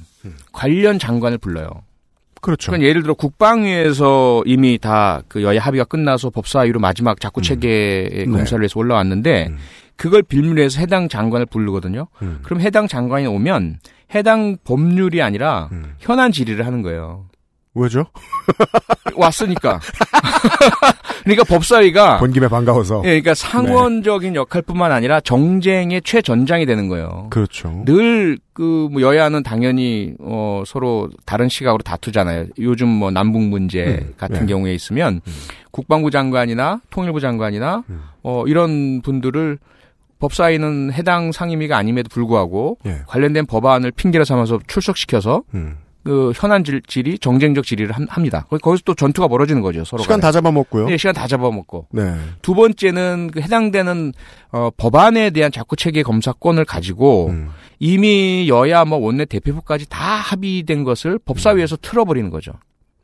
[SPEAKER 7] 관련 장관을 불러요.
[SPEAKER 2] 그렇죠.
[SPEAKER 7] 그러니까 예를 들어 국방위에서 이미 다 그 여야 합의가 끝나서 법사위로 마지막 자꾸 체계
[SPEAKER 2] 네.
[SPEAKER 7] 검사를 해서 올라왔는데
[SPEAKER 2] 음.
[SPEAKER 7] 그걸 빌미로 해서 해당 장관을 부르거든요.
[SPEAKER 2] 음.
[SPEAKER 7] 그럼 해당 장관이 오면 해당 법률이 아니라
[SPEAKER 2] 음.
[SPEAKER 7] 현안 질의를 하는 거예요.
[SPEAKER 2] 왜죠?
[SPEAKER 7] 왔으니까. *laughs* 그러니까 법사위가
[SPEAKER 2] 본 김에 반가워서.
[SPEAKER 7] 예, 그러니까 상원적인
[SPEAKER 2] 네.
[SPEAKER 7] 역할뿐만 아니라 정쟁의 최전장이 되는 거예요.
[SPEAKER 2] 그렇죠.
[SPEAKER 7] 늘 그 여야는 당연히 어 서로 다른 시각으로 다투잖아요. 요즘 뭐 남북 문제
[SPEAKER 2] 음,
[SPEAKER 7] 같은
[SPEAKER 2] 네.
[SPEAKER 7] 경우에 있으면 국방부 장관이나 통일부 장관이나
[SPEAKER 2] 음.
[SPEAKER 7] 어 이런 분들을 법사위는 해당 상임위가 아님에도 불구하고
[SPEAKER 2] 예.
[SPEAKER 7] 관련된 법안을 핑계로 삼아서 출석시켜서
[SPEAKER 2] 음.
[SPEAKER 7] 그 현안 질, 질의 정쟁적 질의를 함- 합니다. 거- 거기서 또 전투가 벌어지는 거죠. 서로
[SPEAKER 2] 시간 다 잡아먹고요.
[SPEAKER 7] 네, 시간 다 잡아먹고
[SPEAKER 2] 네.
[SPEAKER 7] 두 번째는 그 해당되는 어, 법안에 대한 자꾸 체계 검사권을 가지고
[SPEAKER 2] 음.
[SPEAKER 7] 이미 여야 뭐 원내 대표부까지 다 합의된 것을 법사위에서
[SPEAKER 2] 음.
[SPEAKER 7] 틀어버리는 거죠.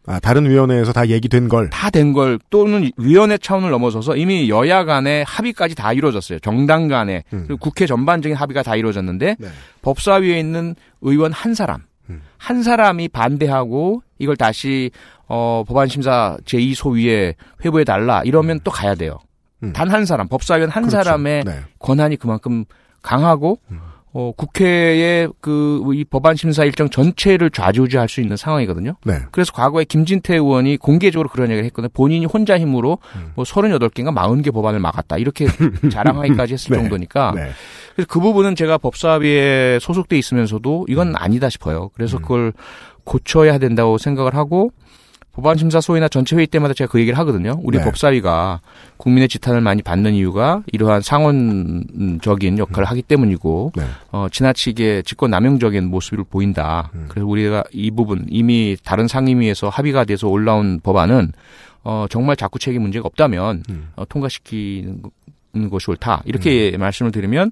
[SPEAKER 2] 아, 다른 위원회에서 다 얘기된 걸.
[SPEAKER 7] 다 된 걸 또는 위원회 차원을 넘어서서 이미 여야 간의 합의까지 다 이루어졌어요. 정당 간의
[SPEAKER 2] 음.
[SPEAKER 7] 그리고 국회 전반적인 합의가 다 이루어졌는데
[SPEAKER 2] 네.
[SPEAKER 7] 법사위에 있는 의원 한 사람
[SPEAKER 2] 음.
[SPEAKER 7] 한 사람이 반대하고 이걸 다시 어, 법안 심사 제2소위에 회부해 달라 이러면 또 가야 돼요.
[SPEAKER 2] 음.
[SPEAKER 7] 단 한 사람 법사위원 한
[SPEAKER 2] 그렇죠.
[SPEAKER 7] 사람의
[SPEAKER 2] 네.
[SPEAKER 7] 권한이 그만큼 강하고
[SPEAKER 2] 음.
[SPEAKER 7] 어, 국회의 그 이 법안 심사 일정 전체를 좌지우지할 수 있는 상황이거든요.
[SPEAKER 2] 네.
[SPEAKER 7] 그래서 과거에 김진태 의원이 공개적으로 그런 얘기를 했거든요. 본인이 혼자 힘으로
[SPEAKER 2] 음.
[SPEAKER 7] 뭐 38개인가 40개 법안을 막았다. 이렇게 자랑하기까지
[SPEAKER 2] *laughs*
[SPEAKER 7] 했을
[SPEAKER 2] 네.
[SPEAKER 7] 정도니까.
[SPEAKER 2] 네.
[SPEAKER 7] 그래서 그 부분은 제가 법사위에 소속돼 있으면서도
[SPEAKER 2] 음.
[SPEAKER 7] 이건 아니다 싶어요. 그래서 그걸 고쳐야 된다고 생각을 하고 법안심사소위나 전체 회의 때마다 제가 그 얘기를 하거든요. 우리
[SPEAKER 2] 네.
[SPEAKER 7] 법사위가 국민의 지탄을 많이 받는 이유가 이러한 상원적인 역할을 하기 때문이고
[SPEAKER 2] 음. 네.
[SPEAKER 7] 어, 지나치게 직권 남용적인 모습을 보인다.
[SPEAKER 2] 음.
[SPEAKER 7] 그래서 우리가 이 부분 이미 다른 상임위에서 합의가 돼서 올라온 법안은 어, 정말 자꾸 책임 문제가 없다면
[SPEAKER 2] 음.
[SPEAKER 7] 어, 통과시키는 거- 것이 옳다. 이렇게 말씀을 드리면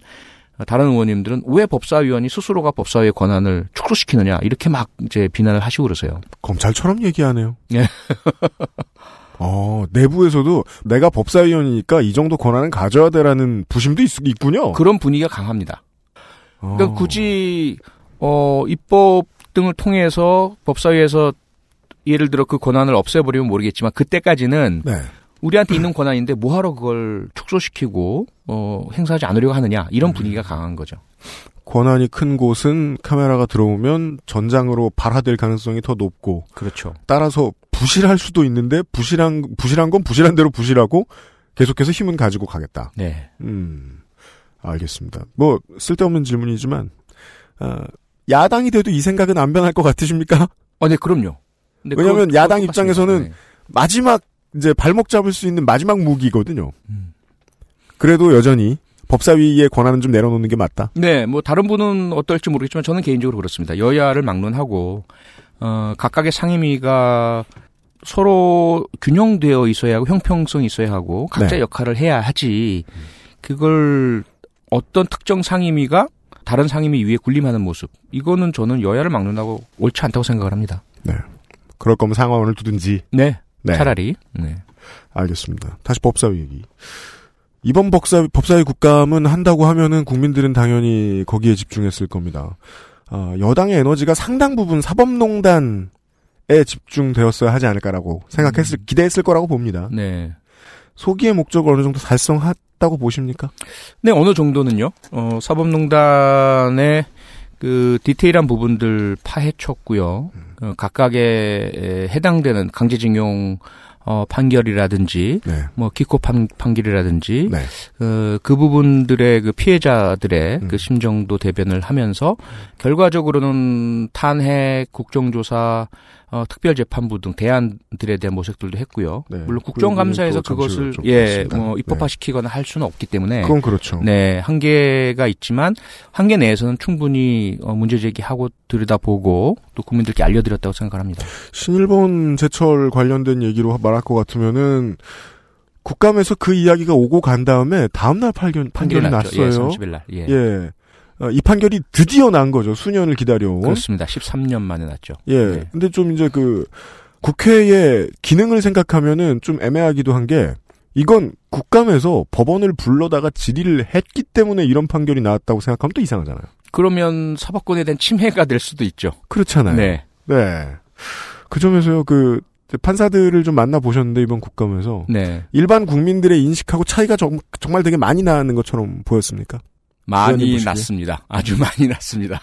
[SPEAKER 7] 어, 다른 의원님들은 왜 법사위원이 스스로가 법사위의 권한을 축소시키느냐 이렇게 막 이제 비난을 하시고 그러세요.
[SPEAKER 2] 검찰처럼 얘기하네요.
[SPEAKER 7] 예.
[SPEAKER 2] *laughs* 어, 내부에서도 내가 법사위원이니까 이 정도 권한은 가져야 되라는 부심도 있, 있군요.
[SPEAKER 7] 그런 분위기가 강합니다.
[SPEAKER 2] 어.
[SPEAKER 7] 그러니까 굳이 어 입법 등을 통해서 법사위에서 예를 들어 그 권한을 없애버리면 모르겠지만 그때까지는
[SPEAKER 2] 네.
[SPEAKER 7] 우리한테 있는 권한인데
[SPEAKER 2] 음.
[SPEAKER 7] 뭐하러 그걸 축소시키고 어 행사하지 않으려고 하느냐 이런 분위기가 강한 거죠.
[SPEAKER 2] 권한이 큰 곳은 카메라가 들어오면 전장으로 발화될 가능성이 더 높고
[SPEAKER 7] 그렇죠.
[SPEAKER 2] 따라서 부실할 수도 있는데 부실한 부실한 건 부실한 대로 부실하고 계속해서 힘은 가지고 가겠다.
[SPEAKER 7] 네.
[SPEAKER 2] 음, 알겠습니다. 뭐 쓸데없는 질문이지만 아, 야당이 돼도 이 생각은 안 변할 것 같으십니까? *laughs*
[SPEAKER 7] 어, 네, 그럼요. 근데
[SPEAKER 2] 왜냐면
[SPEAKER 7] 그건-
[SPEAKER 2] 야당
[SPEAKER 7] 그건 똑같습니다.
[SPEAKER 2] 입장에서는
[SPEAKER 7] 네.
[SPEAKER 2] 마지막 이제 발목 잡을 수 있는 마지막 무기거든요.
[SPEAKER 7] 음.
[SPEAKER 2] 그래도 여전히 법사위의 권한은 좀 내려놓는 게 맞다.
[SPEAKER 7] 네, 뭐 다른 분은 어떨지 모르겠지만 저는 개인적으로 그렇습니다. 여야를 막론하고 어, 각각의 상임위가 서로 균형되어 있어야 하고 형평성이 있어야 하고 각자
[SPEAKER 2] 네.
[SPEAKER 7] 역할을 해야 하지. 그걸 어떤 특정 상임위가 다른 상임위 위에 군림하는 모습. 이거는 저는 여야를 막론하고 옳지 않다고 생각을 합니다.
[SPEAKER 2] 그럴 거면 상황을 두든지.
[SPEAKER 7] 네,
[SPEAKER 2] 네.
[SPEAKER 7] 차라리. 네.
[SPEAKER 2] 알겠습니다. 다시 법사위 얘기. 이번 법사위, 법사위 국감은 한다고 하면은 국민들은 당연히 거기에 집중했을 겁니다. 아, 여당의 에너지가 상당 부분 사법농단에 집중되었어야 하지 않을까라고 생각했을, 기대했을 거라고 봅니다.
[SPEAKER 7] 네.
[SPEAKER 2] 소기의 목적을 어느 정도 달성했다고 보십니까?
[SPEAKER 7] 네, 어느 정도는요. 어, 사법농단의 그 디테일한 부분들 파헤쳤고요.
[SPEAKER 2] 음.
[SPEAKER 7] 어, 각각의 에, 해당되는 강제징용 어, 판결이라든지
[SPEAKER 2] 네.
[SPEAKER 7] 뭐 기코 판, 판결이라든지
[SPEAKER 2] 네.
[SPEAKER 7] 어, 그 부분들의 그 피해자들의
[SPEAKER 2] 음.
[SPEAKER 7] 그 심정도 대변을 하면서 결과적으로는 탄핵 국정조사 어, 특별재판부 등 대안들에 대한 모색들도 했고요.
[SPEAKER 2] 네.
[SPEAKER 7] 물론 국정감사에서
[SPEAKER 2] 그 부분은 또
[SPEAKER 7] 그것을
[SPEAKER 2] 잠시
[SPEAKER 7] 예,
[SPEAKER 2] 여쭙겠습니다. 네.
[SPEAKER 7] 뭐 입법화시키거나 할 수는 없기 때문에
[SPEAKER 2] 그건 그렇죠.
[SPEAKER 7] 네, 한계가 있지만 한계 내에서는 충분히 어, 문제 제기하고 들여다보고 또 국민들께 알려드렸다고 생각합니다.
[SPEAKER 2] 신일본 제철 관련된 얘기로 말할 것 같으면은 국감에서 그 이야기가 오고 간 다음에 다음날 판결, 판결이 났어요.
[SPEAKER 7] 예, 30일 날. 예.
[SPEAKER 2] 예. 어, 이 판결이 드디어 난 거죠. 수년을 기다려온.
[SPEAKER 7] 그렇습니다. 13년 만에 났죠.
[SPEAKER 2] 예.
[SPEAKER 7] 네.
[SPEAKER 2] 근데 좀 이제 그 국회의 기능을 생각하면은 좀 애매하기도 한 게 이건 국감에서 법원을 불러다가 질의를 했기 때문에 이런 판결이 나왔다고 생각하면 또 이상하잖아요.
[SPEAKER 7] 그러면 사법권에 대한 침해가 될 수도 있죠.
[SPEAKER 2] 그렇잖아요.
[SPEAKER 7] 네.
[SPEAKER 2] 네. 그 점에서요. 그 판사들을 좀 만나 보셨는데 이번 국감에서
[SPEAKER 7] 네.
[SPEAKER 2] 일반 국민들의 인식하고 차이가 정, 말 되게 많이 나는 것처럼 보였습니까? 의원님
[SPEAKER 7] 많이
[SPEAKER 2] 보시기에?
[SPEAKER 7] 났습니다. 아주 *laughs* 많이 났습니다.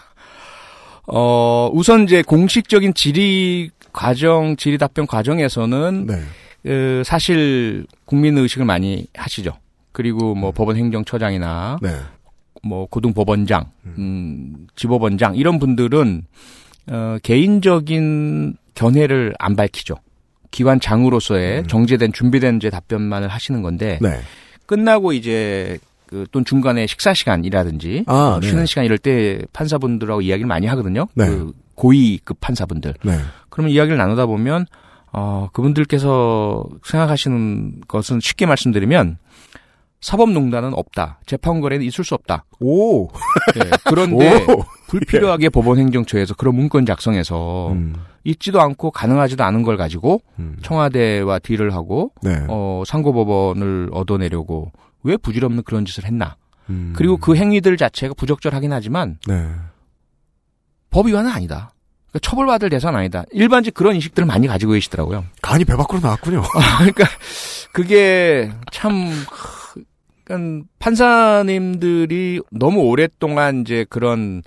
[SPEAKER 7] 어, 우선 이제 공식적인 질의 과정, 질의 답변 과정에서는
[SPEAKER 2] 네.
[SPEAKER 7] 그 사실 국민 의식을 많이 하시죠. 그리고
[SPEAKER 2] 음.
[SPEAKER 7] 뭐 법원 행정처장이나
[SPEAKER 2] 네.
[SPEAKER 7] 뭐 고등법원장, 음, 지법원장 이런 분들은 어, 개인적인 견해를 안 밝히죠. 기관장으로서의
[SPEAKER 2] 음.
[SPEAKER 7] 정제된 준비된 이제 답변만을 하시는 건데
[SPEAKER 2] 네.
[SPEAKER 7] 끝나고 이제 그 또는 중간에 식사 시간이라든지
[SPEAKER 2] 아,
[SPEAKER 7] 어,
[SPEAKER 2] 네.
[SPEAKER 7] 쉬는 시간 이럴 때 판사분들하고 이야기를 많이 하거든요.
[SPEAKER 2] 네.
[SPEAKER 7] 그 고위급 판사분들.
[SPEAKER 2] 네.
[SPEAKER 7] 그러면 이야기를 나누다 보면 어, 그분들께서 생각하시는 것은 쉽게 말씀드리면 사법농단은 없다. 재판거래는 있을 수 없다.
[SPEAKER 2] 오.
[SPEAKER 7] 네, *laughs* 그런데
[SPEAKER 2] 예. 오. 예.
[SPEAKER 7] 불필요하게 법원행정처에서 그런 문건 작성해서
[SPEAKER 2] 음.
[SPEAKER 7] 있지도 않고 가능하지도 않은 걸 가지고
[SPEAKER 2] 음.
[SPEAKER 7] 청와대와 딜을 하고
[SPEAKER 2] 네.
[SPEAKER 7] 어, 상고법원을 얻어내려고 왜 부질없는 그런 짓을 했나.
[SPEAKER 2] 음.
[SPEAKER 7] 그리고 그 행위들 자체가 부적절하긴 하지만
[SPEAKER 2] 네.
[SPEAKER 7] 법 위반은 아니다. 그러니까 처벌받을 대상은 아니다. 일반적 그런 인식들을 많이 가지고 계시더라고요.
[SPEAKER 2] 간이 배 밖으로 나왔군요. *laughs*
[SPEAKER 7] 그러니까 그게 참 그러니까 판사님들이 너무 오랫동안 이제 그런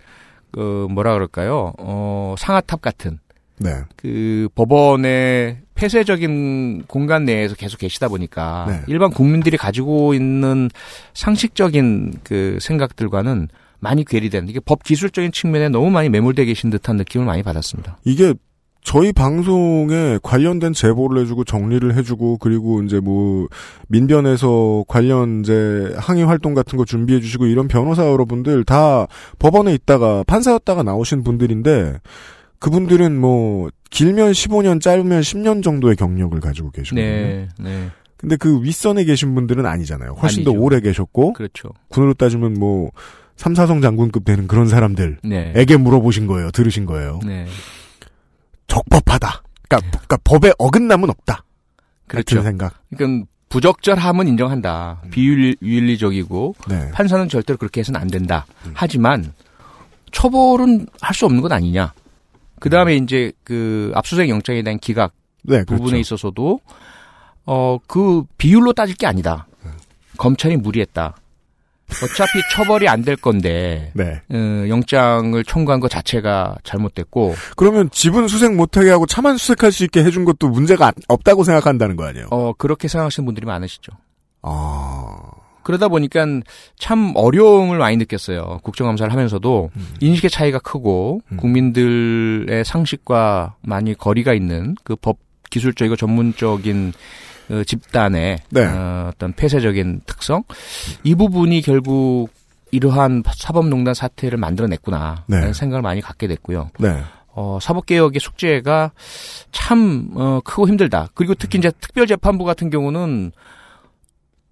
[SPEAKER 7] 그 뭐라 그럴까요? 어, 상아탑 같은
[SPEAKER 2] 네.
[SPEAKER 7] 그 법원의 폐쇄적인 공간 내에서 계속 계시다 보니까
[SPEAKER 2] 네.
[SPEAKER 7] 일반 국민들이 가지고 있는 상식적인 그 생각들과는 많이 괴리된 이게 법 기술적인 측면에 너무 많이 매몰돼 계신 듯한 느낌을 많이 받았습니다.
[SPEAKER 2] 이게 저희 방송에 관련된 제보를 해주고 정리를 해주고 그리고 이제 뭐 민변에서 관련 이제 항의 활동 같은 거 준비해 주시고 이런 변호사 여러분들 다 법원에 있다가 판사였다가 나오신 분들인데 그분들은 뭐 길면 15년 짧으면 10년 정도의 경력을 가지고 계시거든요.
[SPEAKER 7] 네, 네,
[SPEAKER 2] 근데 그 윗선에 계신 분들은 아니잖아요. 훨씬 더
[SPEAKER 7] 아니죠.
[SPEAKER 2] 오래 계셨고
[SPEAKER 7] 그렇죠.
[SPEAKER 2] 군으로 따지면 뭐 3, 4성 장군급 되는 그런 사람들
[SPEAKER 7] 네,
[SPEAKER 2] 에게 물어보신 거예요. 들으신 거예요.
[SPEAKER 7] 네,
[SPEAKER 2] 적법하다. 그러니까, 그러니까 법에 어긋남은 없다.
[SPEAKER 7] 그렇죠.
[SPEAKER 2] 같은 생각.
[SPEAKER 7] 그러니까 부적절함은 인정한다.
[SPEAKER 2] 음.
[SPEAKER 7] 비윤리적이고
[SPEAKER 2] 네.
[SPEAKER 7] 판사는 절대로 그렇게 해서는 안 된다.
[SPEAKER 2] 음.
[SPEAKER 7] 하지만 처벌은 할 수 없는 건 아니냐. 그 다음에 이제 그 압수수색 영장에 대한 기각
[SPEAKER 2] 네, 그렇죠.
[SPEAKER 7] 부분에 있어서도
[SPEAKER 2] 네.
[SPEAKER 7] 어 그 비율로 따질 게 아니다. 검찰이 무리했다. 어차피 처벌이 안 될 건데
[SPEAKER 2] 네.
[SPEAKER 7] 어, 영장을 청구한 것 자체가 잘못됐고
[SPEAKER 2] 그러면 집은 수색 못하게 하고 차만 수색할 수 있게 해준 것도 문제가 안- 없다고 생각한다는 거 아니에요?
[SPEAKER 7] 어, 그렇게 생각하시는 분들이 많으시죠.
[SPEAKER 2] 아,
[SPEAKER 7] 어. 그러다 보니까 참 어려움을 많이 느꼈어요. 국정감사를 하면서도 인식의 차이가 크고
[SPEAKER 2] 음.
[SPEAKER 7] 국민들의 상식과 많이 거리가 있는 그 법 기술적이고 전문적인 어, 집단의
[SPEAKER 2] 네.
[SPEAKER 7] 어, 어떤 폐쇄적인 특성 이 부분이 결국 이러한 사법농단 사태를 만들어냈구나
[SPEAKER 2] 네.
[SPEAKER 7] 라는 생각을 많이 갖게 됐고요.
[SPEAKER 2] 네.
[SPEAKER 7] 어, 사법개혁의 숙제가 참, 어, 크고 힘들다. 그리고
[SPEAKER 2] 음.
[SPEAKER 7] 특히 이제 특별재판부 같은 경우는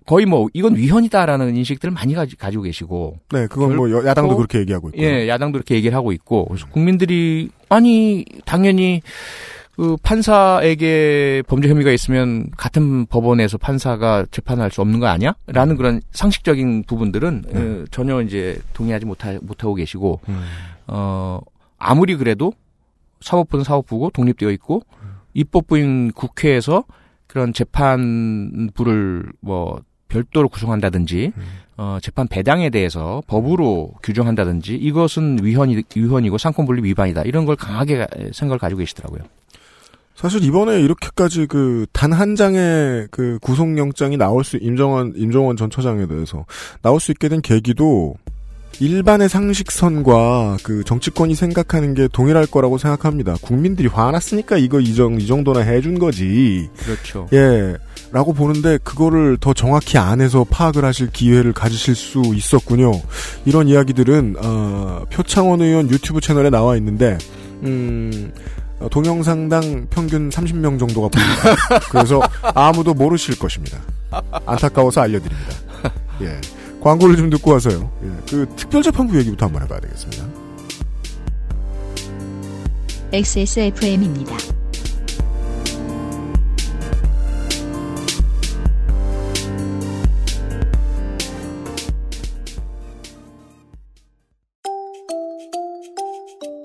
[SPEAKER 7] 거의 뭐, 이건 위헌이다라는 인식들을 많이 가지, 가지고 계시고,
[SPEAKER 2] 네, 그건 뭐 여- 야당도 그렇게 얘기하고 있고.
[SPEAKER 7] 예, 야당도 이렇게 얘기를 하고 있고, 그래서
[SPEAKER 2] 음.
[SPEAKER 7] 국민들이, 아니, 당연히, 그 판사에게 범죄 혐의가 있으면 같은 법원에서 판사가 재판할 수 없는 거 아니야? 라는 그런 상식적인 부분들은
[SPEAKER 2] 음.
[SPEAKER 7] 어, 전혀 이제 동의하지 못하, 못하고 계시고, 어, 아무리 그래도 사법부는 사법부고 독립되어 있고 입법부인 국회에서 그런 재판부를 뭐 별도로 구성한다든지 어, 재판 배당에 대해서 법으로 규정한다든지 이것은 위헌이 위헌이고 상권분립 위반이다 이런 걸 강하게 생각을 가지고 계시더라고요.
[SPEAKER 2] 사실 이번에 이렇게까지 그 단 한 장의 그 구속영장이 나올 수 임정원 임정원 전 처장에 대해서 나올 수 있게 된 계기도 일반의 상식선과 그 정치권이 생각하는 게 동일할 거라고 생각합니다. 국민들이 화났으니까 이거 이정 이 정도나 해준 거지.
[SPEAKER 7] 그렇죠.
[SPEAKER 2] 예. 라고 보는데 그거를 더 정확히 안에서 파악을 하실 기회를 가지실 수 있었군요. 이런 이야기들은 어, 표창원 의원 유튜브 채널에 나와 있는데 음, 어, 동영상당 평균 30명 정도가 봅니다.
[SPEAKER 7] *laughs*
[SPEAKER 2] 그래서 아무도 모르실 것입니다. 안타까워서 알려드립니다. 예. 광고를 좀 듣고 와서요. 예, 그 특별재판부 얘기부터 한번 해봐야 되겠습니다.
[SPEAKER 1] XSFM입니다.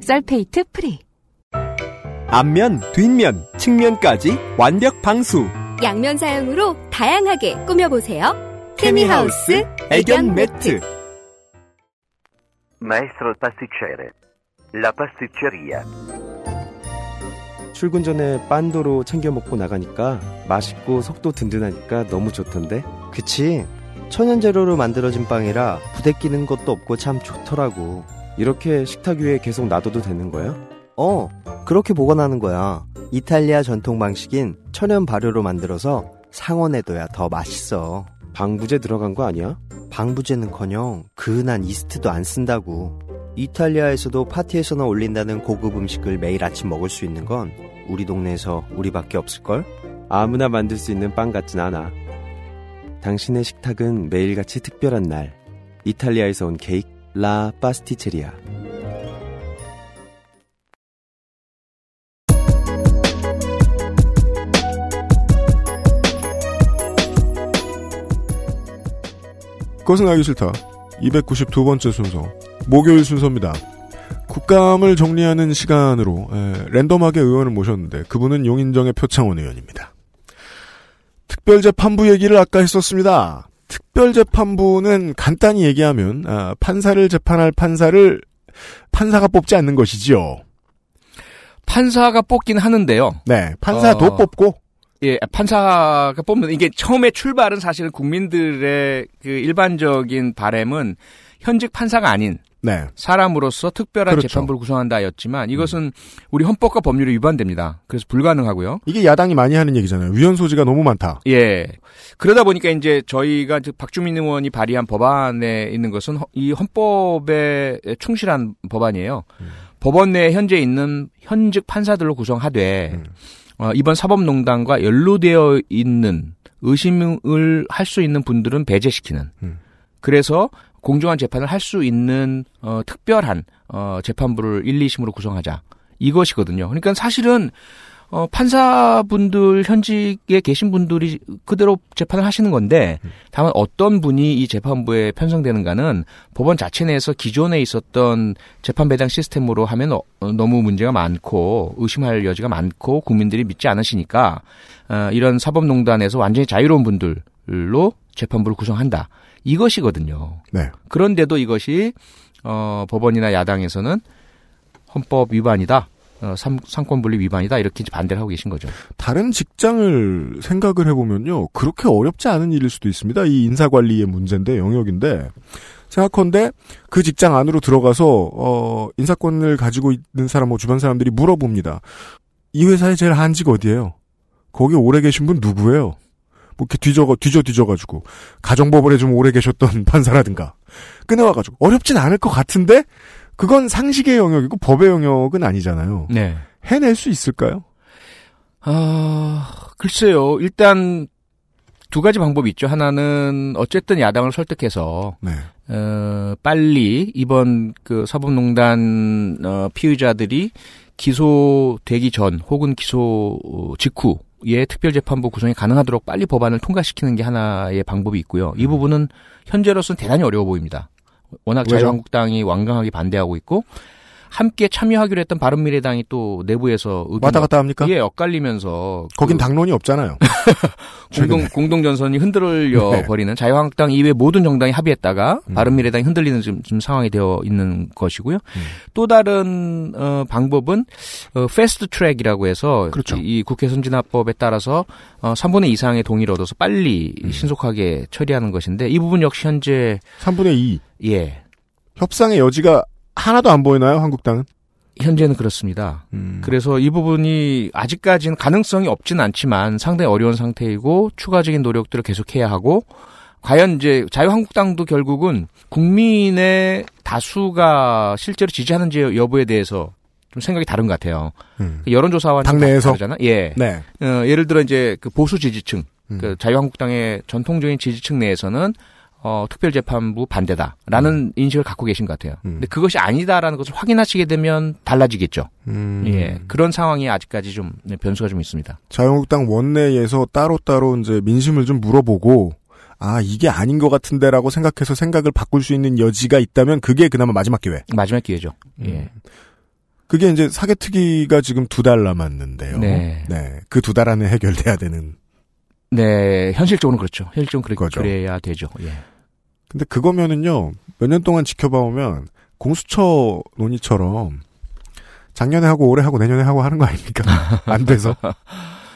[SPEAKER 8] 썰페이트 프리
[SPEAKER 4] 앞면, 뒷면, 측면까지 완벽 방수.
[SPEAKER 3] 양면 사용으로 다양하게 꾸며보세요. 케미하우스
[SPEAKER 4] 애견 매트.
[SPEAKER 5] Maestro pasticcere. La pasticceria.
[SPEAKER 4] 출근 전에 빤도로 챙겨 먹고 나가니까 맛있고 속도 든든하니까 너무 좋던데.
[SPEAKER 9] 그치. 천연 재료로 만들어진 빵이라 부대 끼는 것도 없고 참 좋더라고.
[SPEAKER 4] 이렇게 식탁 위에 계속 놔둬도 되는 거야?
[SPEAKER 9] 어, 그렇게 보관하는 거야. 이탈리아 전통 방식인 천연 발효로 만들어서 상온에둬야 더 맛있어.
[SPEAKER 4] 방부제 들어간 거 아니야?
[SPEAKER 9] 방부제는커녕 그은한 이스트도 안 쓴다고. 이탈리아에서도 파티에서나 올린다는 고급 음식을 매일 아침 먹을 수 있는 건 우리 동네에서 우리밖에 없을걸?
[SPEAKER 4] 아무나 만들 수 있는 빵 같진 않아. 당신의 식탁은 매일같이 특별한 날. 이탈리아에서 온 케이크 라 파스티체리아.
[SPEAKER 2] 그것은 알기 싫다. 292번째 순서. 목요일 순서입니다. 국감을 정리하는 시간으로 에, 랜덤하게 의원을 모셨는데 그분은 용인정의 표창원 의원입니다. 특별재판부 얘기를 아까 했었습니다. 특별재판부는 간단히 얘기하면 아, 판사를 재판할 판사를 판사가 뽑지 않는 것이지요.
[SPEAKER 7] 판사가 뽑긴 하는데요.
[SPEAKER 2] 네, 판사도
[SPEAKER 7] 어.
[SPEAKER 2] 뽑고
[SPEAKER 7] 예, 판사가 뽑는 이게 처음에 출발은 사실은 국민들의 그 일반적인 바램은 현직 판사가 아닌
[SPEAKER 2] 네,
[SPEAKER 7] 사람으로서 특별한
[SPEAKER 2] 그렇죠. 음.
[SPEAKER 7] 재판부를 구성한다였지만 이것은 우리 헌법과 법률에 위반됩니다. 그래서 불가능하고요.
[SPEAKER 2] 이게 야당이 많이 하는 얘기잖아요. 위헌 소지가 너무 많다.
[SPEAKER 7] 예. 그러다 보니까 이제 저희가 이제 박주민 의원이 발의한 법안에 있는 것은 허- 이 헌법에 충실한 법안이에요. 법원 내에 현재 있는 현직 판사들로 구성하되
[SPEAKER 2] 음.
[SPEAKER 7] 어, 이번 사법농단과 연루되어 있는 의심을 할 수 있는 분들은 배제시키는.
[SPEAKER 4] 음.
[SPEAKER 7] 그래서 공정한 재판을 할 수 있는 어, 특별한 어, 재판부를 1, 2심으로 구성하자. 이것이거든요. 그러니까 사실은 어, 판사분들 현직에 계신 분들이 그대로 재판을 하시는 건데 다만 어떤 분이 이 재판부에 편성되는가는 법원 자체 내에서 기존에 있었던 재판 배당 시스템으로 하면 어, 어, 너무 문제가 많고 의심할 여지가 많고 국민들이 믿지 않으시니까 어, 이런 사법농단에서 완전히 자유로운 분들로 재판부를 구성한다 이것이거든요.
[SPEAKER 2] 네.
[SPEAKER 7] 그런데도 이것이 어, 법원이나 야당에서는 헌법 위반이다. 어, 삼, 상권분리 위반이다 이렇게 이제 반대를 하고 계신 거죠.
[SPEAKER 2] 다른 직장을 생각을 해보면요. 그렇게 어렵지 않은 일일 수도 있습니다. 이 인사관리의 문제인데, 영역인데. 생각컨대 그 직장 안으로 들어가서, 어, 인사권을 가지고 있는 사람, 뭐 주변 사람들이 물어봅니다. 이 회사의 제일 한직 어디예요? 거기 오래 계신 분 누구예요? 뭐 이렇게 뒤져, 뒤져 뒤져가지고. 가정법원에 좀 오래 계셨던 *laughs* 판사라든가. 끊어와가지고. 어렵진 않을 것 같은데? 그건 상식의 영역이고 법의 영역은 아니잖아요.
[SPEAKER 7] 네.
[SPEAKER 2] 해낼 수 있을까요?
[SPEAKER 7] 아, 글쎄요. 일단 두 가지 방법이 있죠. 하나는 어쨌든 야당을 설득해서
[SPEAKER 2] 네.
[SPEAKER 7] 어, 빨리 이번 그 사법농단 어, 피의자들이 기소되기 전 혹은 기소 어, 직후에 특별재판부 구성이 가능하도록 빨리 법안을 통과시키는 게 하나의 방법이 있고요. 이 부분은 현재로서는 대단히 어려워 보입니다. 워낙
[SPEAKER 2] 음. 왜죠?
[SPEAKER 7] 자유한국당이 완강하게 반대하고 있고 함께 참여하기로 했던 바른미래당이 또 내부에서 의견
[SPEAKER 2] 왔다 갔다 합니까?
[SPEAKER 7] 예, 엇갈리면서
[SPEAKER 2] 거긴
[SPEAKER 7] 그
[SPEAKER 2] 당론이 없잖아요.
[SPEAKER 7] *laughs* 공동 공동 전선이 흔들려
[SPEAKER 2] 네.
[SPEAKER 7] 버리는 자유한국당 이외 모든 정당이 합의했다가
[SPEAKER 2] 음.
[SPEAKER 7] 바른미래당이 흔들리는 지금, 지금 상황이 되어 있는 것이고요. 또 다른 어, 방법은 어, 패스트 트랙이라고 해서
[SPEAKER 2] 그렇죠.
[SPEAKER 7] 이, 이 국회 선진화법에 따라서 어, 3분의 2 이상의 동의를 얻어서 빨리
[SPEAKER 2] 음.
[SPEAKER 7] 신속하게 처리하는 것인데 이 부분 역시 현재
[SPEAKER 2] 3분의 2.
[SPEAKER 7] 예
[SPEAKER 2] 협상의 여지가 하나도 안 보이나요, 한국당은?
[SPEAKER 7] 현재는 그렇습니다. 음. 그래서 이 부분이 아직까지는 가능성이 없진 않지만 상당히 어려운 상태이고 추가적인 노력들을 계속해야 하고 과연 이제 자유한국당도 결국은 국민의 다수가 실제로 지지하는지 여부에 대해서 좀 생각이 다른 것 같아요.
[SPEAKER 2] 음.
[SPEAKER 7] 그 여론조사와는 좀
[SPEAKER 2] 당내에서?
[SPEAKER 7] 다르잖아. 예.
[SPEAKER 2] 네.
[SPEAKER 7] 어, 예를 들어 이제 그 보수 지지층,
[SPEAKER 2] 음.
[SPEAKER 7] 그 자유한국당의 전통적인 지지층 내에서는 어, 특별재판부 반대다라는 인식을 갖고 계신 것 같아요.
[SPEAKER 2] 음.
[SPEAKER 7] 근데 그것이 아니다라는 것을 확인하시게 되면 달라지겠죠. 예, 그런 상황이 아직까지 좀 네, 변수가 좀 있습니다.
[SPEAKER 2] 음. 자유한국당 원내에서 따로따로 이제 민심을 좀 물어보고, 아, 이게 아닌 것 같은데라고 생각해서 생각을 바꿀 수 있는 여지가 있다면 그게 그나마 마지막 기회.
[SPEAKER 7] 마지막 기회죠. 예.
[SPEAKER 2] 그게 이제 사개특위가 지금 두 달 남았는데요.
[SPEAKER 7] 네.
[SPEAKER 2] 그 두 달 안에 해결돼야 되는.
[SPEAKER 7] 네, 현실적으로는 그렇죠. 현실적으로 그렇,
[SPEAKER 2] 그거죠.
[SPEAKER 7] 그래야 되죠. 예.
[SPEAKER 2] 근데 그거면은요, 몇 년 동안 지켜봐오면 공수처 논의처럼 작년에 하고 올해 하고 내년에 하고 하는 거 *laughs* 아닙니까? 안 돼서.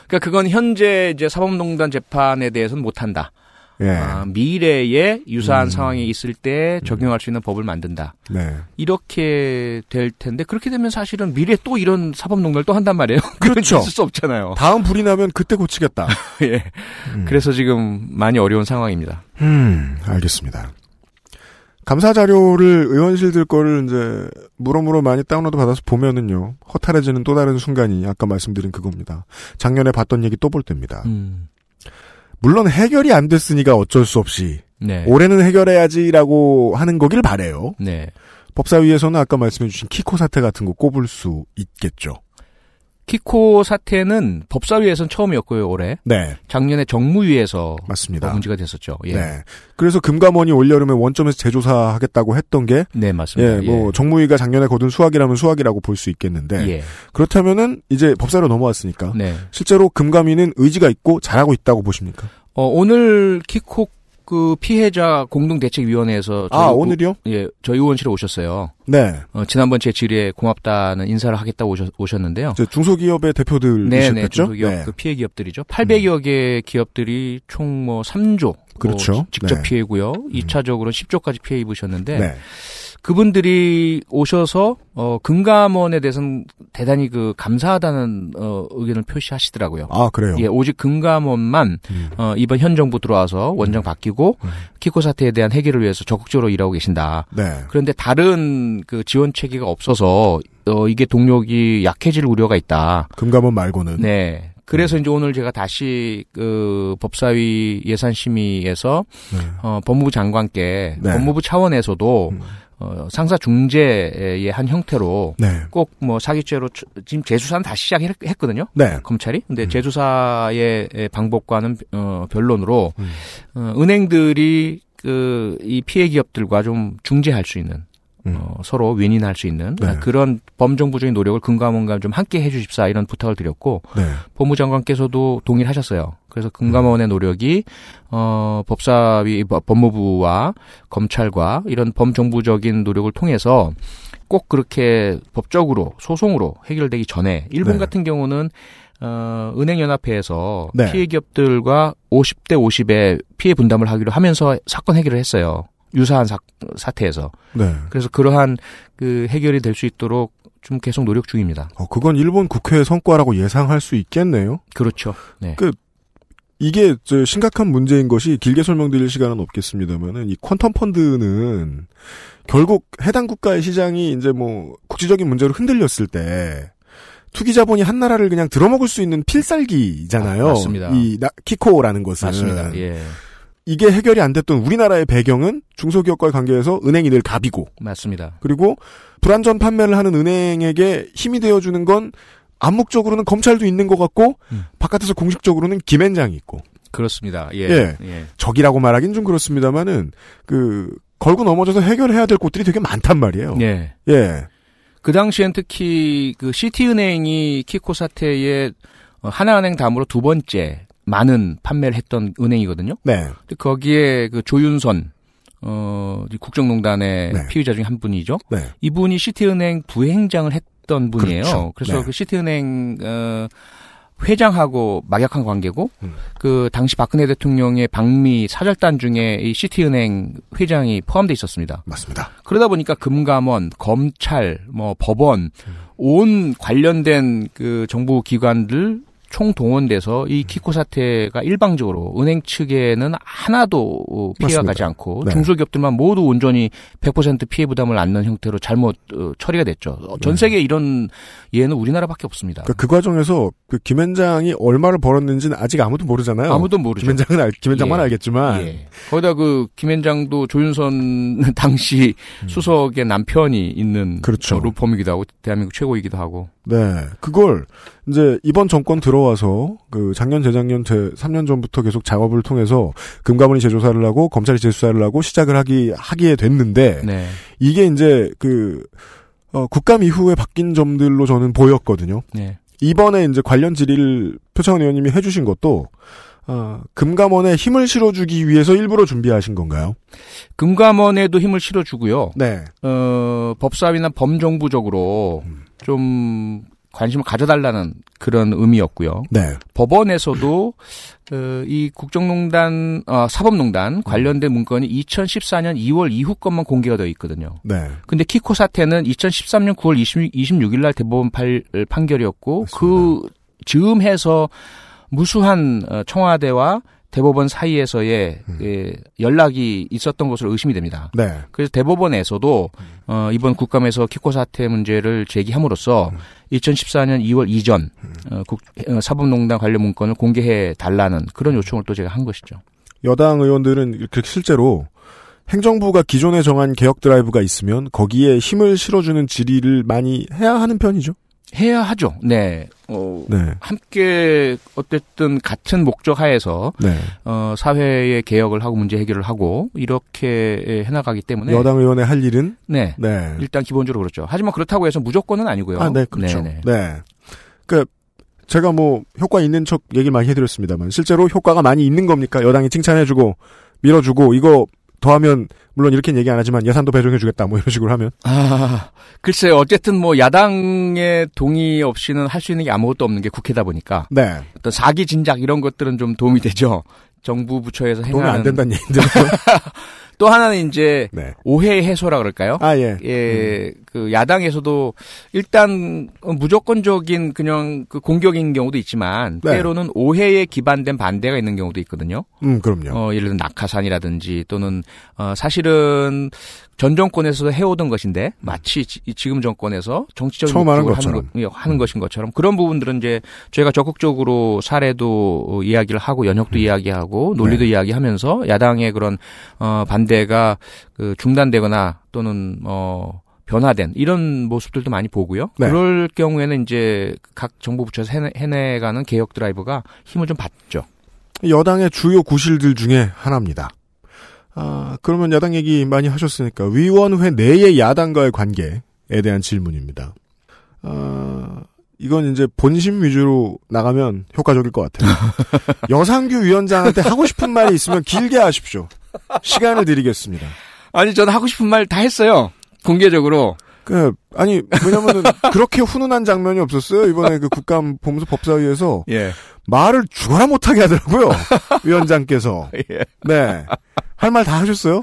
[SPEAKER 7] 그러니까 그건 현재 이제 사법농단 재판에 대해서는 못 한다.
[SPEAKER 2] 예.
[SPEAKER 7] 아, 미래에 유사한
[SPEAKER 2] 음.
[SPEAKER 7] 상황이 있을 때 적용할 수 있는 법을 만든다.
[SPEAKER 2] 네.
[SPEAKER 7] 이렇게 될 텐데 그렇게 되면 사실은 미래 에또 이런 사법농단을 또 한단 말이에요.
[SPEAKER 2] 그렇죠.
[SPEAKER 7] *laughs* 있을 수 없잖아요.
[SPEAKER 2] 다음 불이 나면 그때 고치겠다.
[SPEAKER 7] 예.
[SPEAKER 2] 음.
[SPEAKER 7] 그래서 지금 많이 어려운 상황입니다.
[SPEAKER 2] 음, 알겠습니다. 감사 자료를 의원실들 거를 이제 무럼무로 많이 다운로드 받아서 보면은요 허탈해지는 또 다른 순간이 아까 말씀드린 그겁니다. 작년에 봤던 얘기 또 볼 때입니다.
[SPEAKER 7] 음.
[SPEAKER 2] 물론 해결이 안 됐으니까 어쩔 수 없이
[SPEAKER 7] 네.
[SPEAKER 2] 올해는 해결해야지라고 하는 거길 바래요.
[SPEAKER 7] 네.
[SPEAKER 2] 법사위에서는 아까 말씀해주신 키코 사태 같은 거 꼽을 수 있겠죠.
[SPEAKER 7] 키코 사태는 법사위에선 처음이었고요, 올해.
[SPEAKER 2] 네,
[SPEAKER 7] 작년에 정무위에서
[SPEAKER 2] 맞습니다.
[SPEAKER 7] 문제가 됐었죠. 예. 네.
[SPEAKER 2] 네, 그래서 금감원이 올 여름에 원점에서 재조사하겠다고 했던 게 예,
[SPEAKER 7] 네, 맞습니다.
[SPEAKER 2] 뭐 정무위가 작년에 거둔 수학이라면 수학이라고 볼 수 있겠는데
[SPEAKER 7] 예.
[SPEAKER 2] 그렇다면은 이제 법사로 넘어왔으니까
[SPEAKER 7] 네.
[SPEAKER 2] 실제로 금감위는 의지가 있고 잘하고 있다고 보십니까?
[SPEAKER 7] 어, 오늘 키코 그 피해자 공동대책위원회에서 저희
[SPEAKER 2] 아
[SPEAKER 7] 의-
[SPEAKER 2] 오늘이요?
[SPEAKER 7] 예, 저희 의원실에 오셨어요.
[SPEAKER 2] 네,
[SPEAKER 7] 어, 지난번 제 질의에 고맙다는 인사를 하겠다고 오셨, 오셨는데요.
[SPEAKER 2] 이제 중소기업의
[SPEAKER 7] 네네,
[SPEAKER 2] 대표들이셨겠죠? 음.
[SPEAKER 7] 중소기업 그 피해 기업들이죠. 800여 개 기업들이 총 뭐 3조 뭐
[SPEAKER 2] 그렇죠.
[SPEAKER 7] 직접
[SPEAKER 2] 네.
[SPEAKER 7] 피해고요. 2차적으로 10조까지 피해 입으셨는데
[SPEAKER 2] 네.
[SPEAKER 7] 그분들이 오셔서 어 금감원에 대해서는 대단히 그 감사하다는 어 의견을 표시하시더라고요.
[SPEAKER 2] 아 그래요.
[SPEAKER 7] 예, 오직 금감원만
[SPEAKER 2] 음.
[SPEAKER 7] 어 이번 현 정부 들어와서 원장 바뀌고 키코 사태에 대한 해결을 위해서 적극적으로 일하고 계신다.
[SPEAKER 2] 네.
[SPEAKER 7] 그런데 다른 그 지원 체계가 없어서 어 이게 동력이 약해질 우려가 있다.
[SPEAKER 2] 금감원 말고는
[SPEAKER 7] 네. 그래서 이제 오늘 제가 다시 그 법사위 예산심의에서
[SPEAKER 2] 네.
[SPEAKER 7] 어, 법무부 장관께
[SPEAKER 2] 네.
[SPEAKER 7] 법무부 차원에서도
[SPEAKER 2] 음.
[SPEAKER 7] 어, 상사 중재의 한 형태로
[SPEAKER 2] 네.
[SPEAKER 7] 꼭 뭐 사기죄로 추- 지금 재수사는 다시 시작했거든요.
[SPEAKER 2] 네.
[SPEAKER 7] 검찰이 근데
[SPEAKER 2] 음.
[SPEAKER 7] 재수사의 방법과는 어, 변론으로
[SPEAKER 2] 음.
[SPEAKER 7] 어, 은행들이 그 이 피해 기업들과 좀 중재할 수 있는
[SPEAKER 2] 음.
[SPEAKER 7] 어, 서로 윈윈할 수 있는
[SPEAKER 2] 네.
[SPEAKER 7] 그런 범정부적인 노력을 금감원과 좀 함께 해주십사 이런 부탁을 드렸고
[SPEAKER 2] 네.
[SPEAKER 7] 법무장관께서도 동의를 하셨어요. 그래서 금감원의 노력이 어 법사위 법- 법무부와 검찰과 이런 범정부적인 노력을 통해서 꼭 그렇게 법적으로 소송으로 해결되기 전에 일본
[SPEAKER 2] 네.
[SPEAKER 7] 같은 경우는 어 은행 연합회에서
[SPEAKER 2] 네.
[SPEAKER 7] 피해 기업들과 50대 50의 피해 분담을 하기로 하면서 사건 해결을 했어요. 유사한 사, 사태에서.
[SPEAKER 2] 네.
[SPEAKER 7] 그래서 그러한 그 해결이 될 수 있도록 좀 계속 노력 중입니다.
[SPEAKER 2] 어, 그건 일본 국회의 성과라고 예상할 수 있겠네요.
[SPEAKER 7] 그렇죠. 네.
[SPEAKER 2] 이게 저 심각한 문제인 것이 길게 설명드릴 시간은 없겠습니다만은 이 퀀텀 펀드는 결국 해당 국가의 시장이 이제 뭐 국제적인 문제로 흔들렸을 때 투기 자본이 한 나라를 그냥 들어먹을 수 있는 필살기잖아요.
[SPEAKER 7] 아, 맞습니다.
[SPEAKER 2] 이 나- 키코라는 것은
[SPEAKER 7] 맞습니다. 예.
[SPEAKER 2] 이게 해결이 안 됐던 우리나라의 배경은 중소기업과의 관계에서 은행이 늘 갑이고
[SPEAKER 7] 맞습니다.
[SPEAKER 2] 그리고 불안전 판매를 하는 은행에게 힘이 되어주는 건 암묵적으로는 검찰도 있는 것 같고
[SPEAKER 7] 음.
[SPEAKER 2] 바깥에서 공식적으로는 김앤장이 있고
[SPEAKER 7] 그렇습니다. 예.
[SPEAKER 2] 예.
[SPEAKER 7] 예.
[SPEAKER 2] 적이라고 말하긴 좀 그렇습니다만은 그 걸고 넘어져서 해결해야 될 곳들이 되게 많단 말이에요.
[SPEAKER 7] 예.
[SPEAKER 2] 예.
[SPEAKER 7] 그 당시엔 특히 그 시티은행이 키코 사태에 어, 하나은행 다음으로 두 번째 많은 판매를 했던 은행이거든요.
[SPEAKER 2] 네.
[SPEAKER 7] 근데 거기에 그 조윤선 어 이 국정농단의
[SPEAKER 2] 네.
[SPEAKER 7] 피의자 중에 한 분이죠.
[SPEAKER 2] 네.
[SPEAKER 7] 이분이 시티은행 부행장을 했던 분이에요.
[SPEAKER 2] 그렇죠.
[SPEAKER 7] 래서
[SPEAKER 2] 네.
[SPEAKER 7] 그 시티은행 어 회장하고 막약한 관계고
[SPEAKER 2] 음.
[SPEAKER 7] 그 당시 박근혜 대통령의 방미 사절단 중에 이 시티은행 회장이 포함돼 있었습니다.
[SPEAKER 2] 맞습니다.
[SPEAKER 7] 그러다 보니까 금감원, 검찰, 뭐 법원 온 관련된 그 정부 기관들 총동원돼서
[SPEAKER 2] 음.
[SPEAKER 7] 이 키코 사태가 일방적으로 은행 측에는 하나도 어, 피해가
[SPEAKER 2] 맞습니다.
[SPEAKER 7] 가지 않고
[SPEAKER 2] 네.
[SPEAKER 7] 중소기업들만 모두 온전히 100% 피해 부담을 안는 형태로 잘못 어, 처리가 됐죠. 어, 전 세계 이런 예는 우리나라밖에 없습니다.
[SPEAKER 2] 네. 그러니까 그 과정에서 그 김앤장이 얼마를 벌었는지는 아직 아무도 모르잖아요.
[SPEAKER 7] 아무도 모르죠.
[SPEAKER 2] 김앤장은 알, 김앤장만
[SPEAKER 7] 예.
[SPEAKER 2] 알겠지만
[SPEAKER 7] 예. 거기다 그 김현장도 조윤선 *laughs* 당시 수석의 남편이 있는
[SPEAKER 2] 음. 그렇죠.
[SPEAKER 7] 어, 루펌이기도 하고 대한민국 최고이기도 하고
[SPEAKER 2] 네. 그걸 이제 이번 정권 들어와서 그 작년 재작년 제 3년 전부터 계속 작업을 통해서 금감원이 재조사를 하고 검찰이 재수사를 하고 시작을 하기 하기에 됐는데
[SPEAKER 7] 네.
[SPEAKER 2] 이게 이제 그 어, 국감 이후에 바뀐 점들로 저는 보였거든요.
[SPEAKER 7] 네.
[SPEAKER 2] 이번에 이제 관련 질의를 표창원 의원님이 해주신 것도 어, 금감원에 힘을 실어주기 위해서 일부러 준비하신 건가요?
[SPEAKER 7] 금감원에도 힘을 실어주고요.
[SPEAKER 2] 네.
[SPEAKER 7] 어, 법사위나 범정부적으로 좀 관심을 가져달라는 그런 의미였고요.
[SPEAKER 2] 네.
[SPEAKER 7] 법원에서도 어, 이 국정농단, 아, 사법농단 관련된 문건이 2014년 2월 이후 것만 공개가 되어 있거든요.
[SPEAKER 2] 네.
[SPEAKER 7] 근데 키코 사태는 2013년 9월 20, 26일 날 대법원 팔- 판결이었고
[SPEAKER 2] 맞습니다.
[SPEAKER 7] 그 즈음해서 무수한 어, 청와대와 대법원 사이에서의
[SPEAKER 2] 음.
[SPEAKER 7] 예, 연락이 있었던 것으로 의심이 됩니다.
[SPEAKER 2] 네.
[SPEAKER 7] 그래서 대법원에서도
[SPEAKER 2] 음.
[SPEAKER 7] 어, 이번 국감에서 키코 사태 문제를
[SPEAKER 2] 음.
[SPEAKER 7] 제기함으로써 2014년 2월 이전 어, 국- 어, 사법농단 관련 문건을 공개해 달라는
[SPEAKER 2] 음.
[SPEAKER 7] 그런 요청을 또 제가 한 것이죠.
[SPEAKER 2] 여당 의원들은 이렇게 실제로 행정부가 기존에 정한 개혁 드라이브가 있으면 거기에 힘을 실어주는 질의를 많이 해야 하는 편이죠.
[SPEAKER 7] 해야 하죠. 네. 어,
[SPEAKER 2] 네.
[SPEAKER 7] 함께 어쨌든 같은 목적 하에서
[SPEAKER 2] 네.
[SPEAKER 7] 어, 사회의 개혁을 하고 문제 해결을 하고 이렇게 예, 해나가기 때문에
[SPEAKER 2] 여당 의원의 할 일은
[SPEAKER 7] 네
[SPEAKER 2] 네.
[SPEAKER 7] 일단 기본적으로 그렇죠. 하지만 그렇다고 해서 무조건은 아니고요.
[SPEAKER 2] 아, 네, 그렇죠.
[SPEAKER 7] 네네.
[SPEAKER 2] 네. 그러니까 제가 뭐 효과 있는 척 얘기를 많이 해드렸습니다만 실제로 효과가 많이 있는 겁니까? 여당이 칭찬해주고 밀어주고 이거 더하면 물론 이렇게는 얘기 안 하지만 예산도 배정해주겠다 뭐 이런 식으로 하면
[SPEAKER 7] 아 글쎄요. 어쨌든 뭐 야당의 동의 없이는 할 수 있는 게 아무것도 없는 게 국회다 보니까
[SPEAKER 2] 네
[SPEAKER 7] 어떤 사기 진작 이런 것들은 좀 도움이 되죠. 정부 부처에서
[SPEAKER 2] 도움이
[SPEAKER 7] 행하는
[SPEAKER 2] 안 된다는 얘기인데
[SPEAKER 7] 또 하나는 이제
[SPEAKER 2] 네.
[SPEAKER 7] 오해 해소라 그럴까요?
[SPEAKER 2] 아 예.
[SPEAKER 7] 예, 그 야당에서도 일단 무조건적인 그냥 그 공격인 경우도 있지만
[SPEAKER 2] 네.
[SPEAKER 7] 때로는 오해에 기반된 반대가 있는 경우도 있거든요.
[SPEAKER 2] 음, 그럼요.
[SPEAKER 7] 어, 예를 들면 낙하산이라든지 또는 어, 사실은 전 정권에서 해오던 것인데 마치 지, 금 정권에서 정치적인
[SPEAKER 2] 처음 하는
[SPEAKER 7] 욕구를
[SPEAKER 2] 것처럼.
[SPEAKER 7] 하는, 것, 예, 하는 것인 것처럼 그런 부분들은 이제 저희가 적극적으로 사례도 어, 이야기를 하고
[SPEAKER 2] 음.
[SPEAKER 7] 연혁도 이야기하고 논리도
[SPEAKER 2] 네.
[SPEAKER 7] 이야기하면서 야당의 그런 어, 반대가 그 중단되거나 또는 어 변화된 이런 모습들도 많이 보고요.
[SPEAKER 2] 네.
[SPEAKER 7] 그럴 경우에는 이제 각 정부 부처에서 해내, 해내가는 개혁 드라이브가 힘을 좀 받죠.
[SPEAKER 2] 여당의 주요 구실들 중에 하나입니다. 아, 그러면 야당 얘기 많이 하셨으니까 위원회 내의 야당과의 관계에 대한 질문입니다. 아, 이건 이제 본심 위주로 나가면 효과적일 것 같아요. 여상규 위원장한테 하고 싶은 말이 있으면 길게 하십시오. 시간을 드리겠습니다.
[SPEAKER 7] 아니 저는 하고 싶은 말 다 했어요. 공개적으로.
[SPEAKER 2] 그 아니 왜냐면은 그렇게 훈훈한 장면이 없었어요 이번에 그 국감 보면서 법사위에서
[SPEAKER 7] 예.
[SPEAKER 2] 말을 죽어라 못하게
[SPEAKER 7] *laughs*
[SPEAKER 2] 하더라고요 위원장께서
[SPEAKER 7] 예.
[SPEAKER 2] 네할 말 다 하셨어요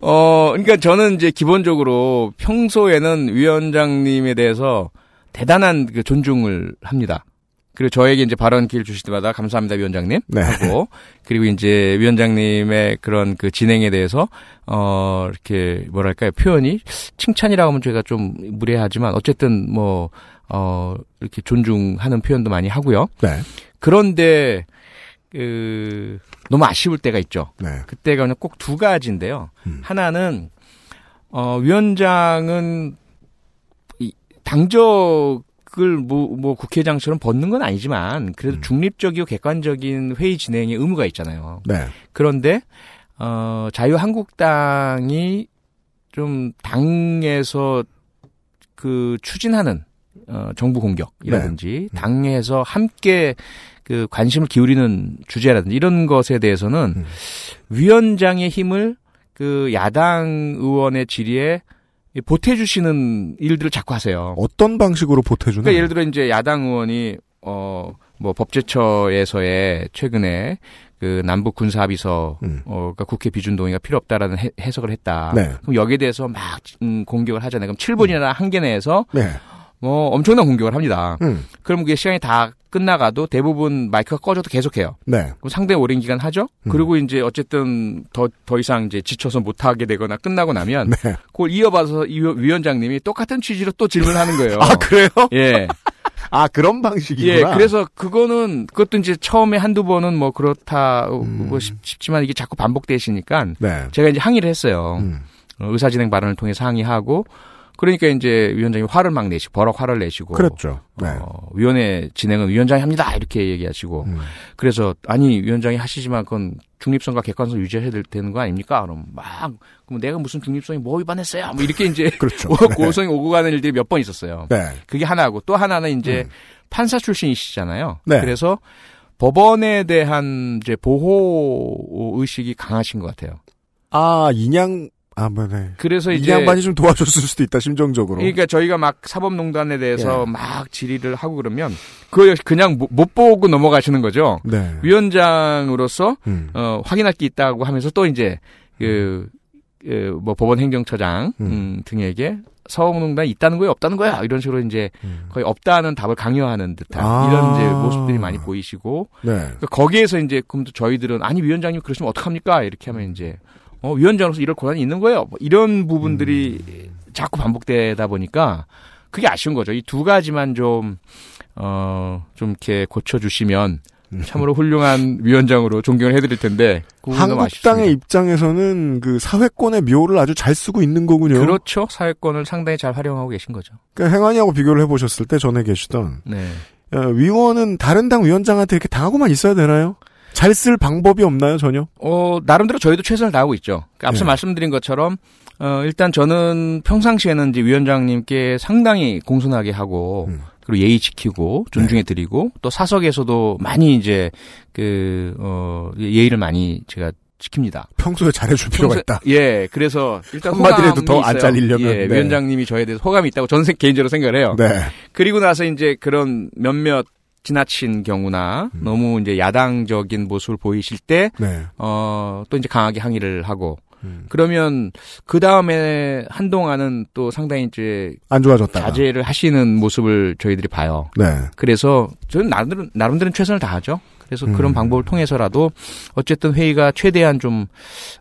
[SPEAKER 7] 어, 그러니까 저는 이제 기본적으로 평소에는 위원장님에 대해서 대단한 그 존중을 합니다. 그리고 저에게 이제 발언 기회 주실 때마다 감사합니다 위원장님
[SPEAKER 2] 네.
[SPEAKER 7] 하고 그리고 이제 위원장님의 그런 그 진행에 대해서 어 이렇게 뭐랄까요 표현이 칭찬이라고 하면 저희가 좀 무례하지만 어쨌든 뭐, 뭐어 이렇게 존중하는 표현도 많이 하고요.
[SPEAKER 2] 네.
[SPEAKER 7] 그런데 그 너무 아쉬울 때가 있죠.
[SPEAKER 2] 네
[SPEAKER 7] 그때가 그냥 꼭 두 가지인데요.
[SPEAKER 2] 음.
[SPEAKER 7] 하나는 어 위원장은 이 당적을 뭐, 뭐 국회장처럼 벗는 건 아니지만 그래도
[SPEAKER 2] 음.
[SPEAKER 7] 중립적이고 객관적인 회의 진행에 의무가 있잖아요.
[SPEAKER 2] 네.
[SPEAKER 7] 그런데 어 자유한국당이 좀 당에서 그 추진하는 어 정부 공격이라든지
[SPEAKER 2] 네.
[SPEAKER 7] 당에서 함께 그 관심을 기울이는 주제라든지 이런 것에 대해서는
[SPEAKER 2] 음.
[SPEAKER 7] 위원장의 힘을 그 야당 의원의 질의에 보태 주시는 일들을 자꾸 하세요.
[SPEAKER 2] 어떤 방식으로 보태주나
[SPEAKER 7] 그러니까 예를 들어 이제 야당 의원이 어 뭐 법제처에서의 최근에 그 남북 군사 합의서
[SPEAKER 2] 음.
[SPEAKER 7] 어 그러니까 국회 비준 동의가 필요 없다라는 해, 해석을 했다.
[SPEAKER 2] 네.
[SPEAKER 7] 그럼 여기에 대해서 막 음, 공격을 하잖아요. 그럼 7분이나 한개 내에서
[SPEAKER 2] 네
[SPEAKER 7] 뭐 엄청난 공격을 합니다.
[SPEAKER 2] 음.
[SPEAKER 7] 그럼 그게 시간이 다 끝나가도 대부분 마이크가 꺼져도 계속해요.
[SPEAKER 2] 네
[SPEAKER 7] 그럼 상당히 오랜 기간 하죠.
[SPEAKER 2] 음.
[SPEAKER 7] 그리고 이제 어쨌든 더 더 이상 이제 지쳐서 못 하게 되거나 끝나고 나면
[SPEAKER 2] 네.
[SPEAKER 7] 그걸 이어봐서 이 위- 위원장님이 똑같은 취지로 또 질문하는 거예요.
[SPEAKER 2] 아 그래요
[SPEAKER 7] 예.
[SPEAKER 2] 아 그런 방식이구나
[SPEAKER 7] 예, 그래서 그거는 그것도 이제 처음에 한두 번은 뭐 그렇다
[SPEAKER 2] 음.
[SPEAKER 7] 고 싶, 지만 이게 자꾸 반복되시니까
[SPEAKER 2] 네
[SPEAKER 7] 제가 이제 항의를 했어요.
[SPEAKER 2] 음.
[SPEAKER 7] 어, 의사진행 발언을 통해서 항의하고 그러니까 이제 위원장이 화를 막 내시고 버럭 화를 내시고
[SPEAKER 2] 그랬죠 네
[SPEAKER 7] 어, 위원회 진행은 위원장이 합니다 이렇게 얘기하시고
[SPEAKER 2] 음.
[SPEAKER 7] 그래서 아니 위원장이 하시지만 그건 중립성과 객관성 유지해야 될- 되는 거 아닙니까? 그럼 막 그럼 내가 무슨 중립성이 뭐 위반했어요? 뭐 이렇게 이제
[SPEAKER 2] 그렇죠
[SPEAKER 7] 고- 고성이 *laughs* 오고 가는 일들이 몇 번 있었어요.
[SPEAKER 2] 네
[SPEAKER 7] 그게 하나고 또 하나는 이제
[SPEAKER 2] 음.
[SPEAKER 7] 판사 출신이시잖아요.
[SPEAKER 2] 네.
[SPEAKER 7] 그래서 법원에 대한 이제 보호 의식이 강하신 것 같아요.
[SPEAKER 2] 아 인양 아 뭐네
[SPEAKER 7] 그래서 이제
[SPEAKER 2] 인양반이 좀 도와줬을 수도 있다 심정적으로 예.
[SPEAKER 7] 그러니까 저희가 막 사법농단에 대해서 막 질의를 하고 그러면 그거 역시 그냥 못- 못 보고 넘어가시는 거죠.
[SPEAKER 2] 네
[SPEAKER 7] 위원장으로서
[SPEAKER 2] 음.
[SPEAKER 7] 어, 확인할 게 있다고 하면서 또 이제 그, 그, 뭐 법원 행정처장 음,
[SPEAKER 2] 음.
[SPEAKER 7] 등에게 사법농단이 있다는 거야 없다는 거야 이런 식으로 이제
[SPEAKER 2] 음.
[SPEAKER 7] 거의 없다는 답을 강요하는 듯한
[SPEAKER 2] 아.
[SPEAKER 7] 이런 이제 모습들이 많이 보이시고
[SPEAKER 2] 네
[SPEAKER 7] 그러니까 거기에서 이제 그럼 또 저희들은 아니 위원장님 그러시면 어떡합니까 이렇게 하면 이제 어 위원장으로서 이럴 권한이 있는 거예요 뭐 이런 부분들이
[SPEAKER 2] 음.
[SPEAKER 7] 자꾸 반복되다 보니까 그게 아쉬운 거죠 이 두 가지만 좀 어, 좀 이렇게 고쳐주시면
[SPEAKER 2] 음.
[SPEAKER 7] 참으로 훌륭한 위원장으로 존경을 해드릴 텐데 그 부분 너무
[SPEAKER 2] 한국당의
[SPEAKER 7] 아쉽습니다.
[SPEAKER 2] 입장에서는 그 사회권의 묘를 아주 잘 쓰고 있는 거군요.
[SPEAKER 7] 그렇죠 사회권을 상당히 잘 활용하고 계신 거죠
[SPEAKER 2] 그러니까 행안위하고 비교를 해보셨을 때 전에 계시던
[SPEAKER 7] 네
[SPEAKER 2] 어, 위원은 다른 당 위원장한테 이렇게 당하고만 있어야 되나요? 잘 쓸 방법이 없나요 전혀?
[SPEAKER 7] 어, 나름대로 저희도 최선을 다하고 있죠. 그러니까 앞서
[SPEAKER 2] 예.
[SPEAKER 7] 말씀드린 것처럼, 어, 일단 저는 평상시에는 이제 위원장님께 상당히 공손하게 하고,
[SPEAKER 2] 음. 네.
[SPEAKER 7] 그리고 예의 지키고, 존중해 드리고, 또 사석에서도 많이 이제, 그, 어, 예의를 많이 제가 지킵니다.
[SPEAKER 2] 평소에 잘해줄 필요가
[SPEAKER 7] 평소-
[SPEAKER 2] 있다.
[SPEAKER 7] 예, 그래서 일단
[SPEAKER 2] 한마디라도
[SPEAKER 7] 호감이
[SPEAKER 2] 더안
[SPEAKER 7] 있어요.
[SPEAKER 2] 잘리려면,
[SPEAKER 7] 예,
[SPEAKER 2] 네.
[SPEAKER 7] 위원장님이 저에 대해서 호감이 있다고 저는 생- 개인적으로 생각을 해요.
[SPEAKER 2] 네,
[SPEAKER 7] 그리고 나서 이제 그런 몇몇 지나친 경우나
[SPEAKER 2] 음.
[SPEAKER 7] 너무 이제 야당적인 모습을 보이실 때
[SPEAKER 2] 네.
[SPEAKER 7] 어, 또 이제 강하게 항의를 하고,
[SPEAKER 2] 음.
[SPEAKER 7] 그러면 그 다음에 한동안은 또 상당히 이제
[SPEAKER 2] 안 좋아졌다가.
[SPEAKER 7] 자제를 하시는 모습을 저희들이 봐요.
[SPEAKER 2] 네.
[SPEAKER 7] 그래서 저는 나름대로, 나름대로 최선을 다하죠. 그래서 그런
[SPEAKER 2] 음.
[SPEAKER 7] 방법을 통해서라도 어쨌든 회의가 최대한 좀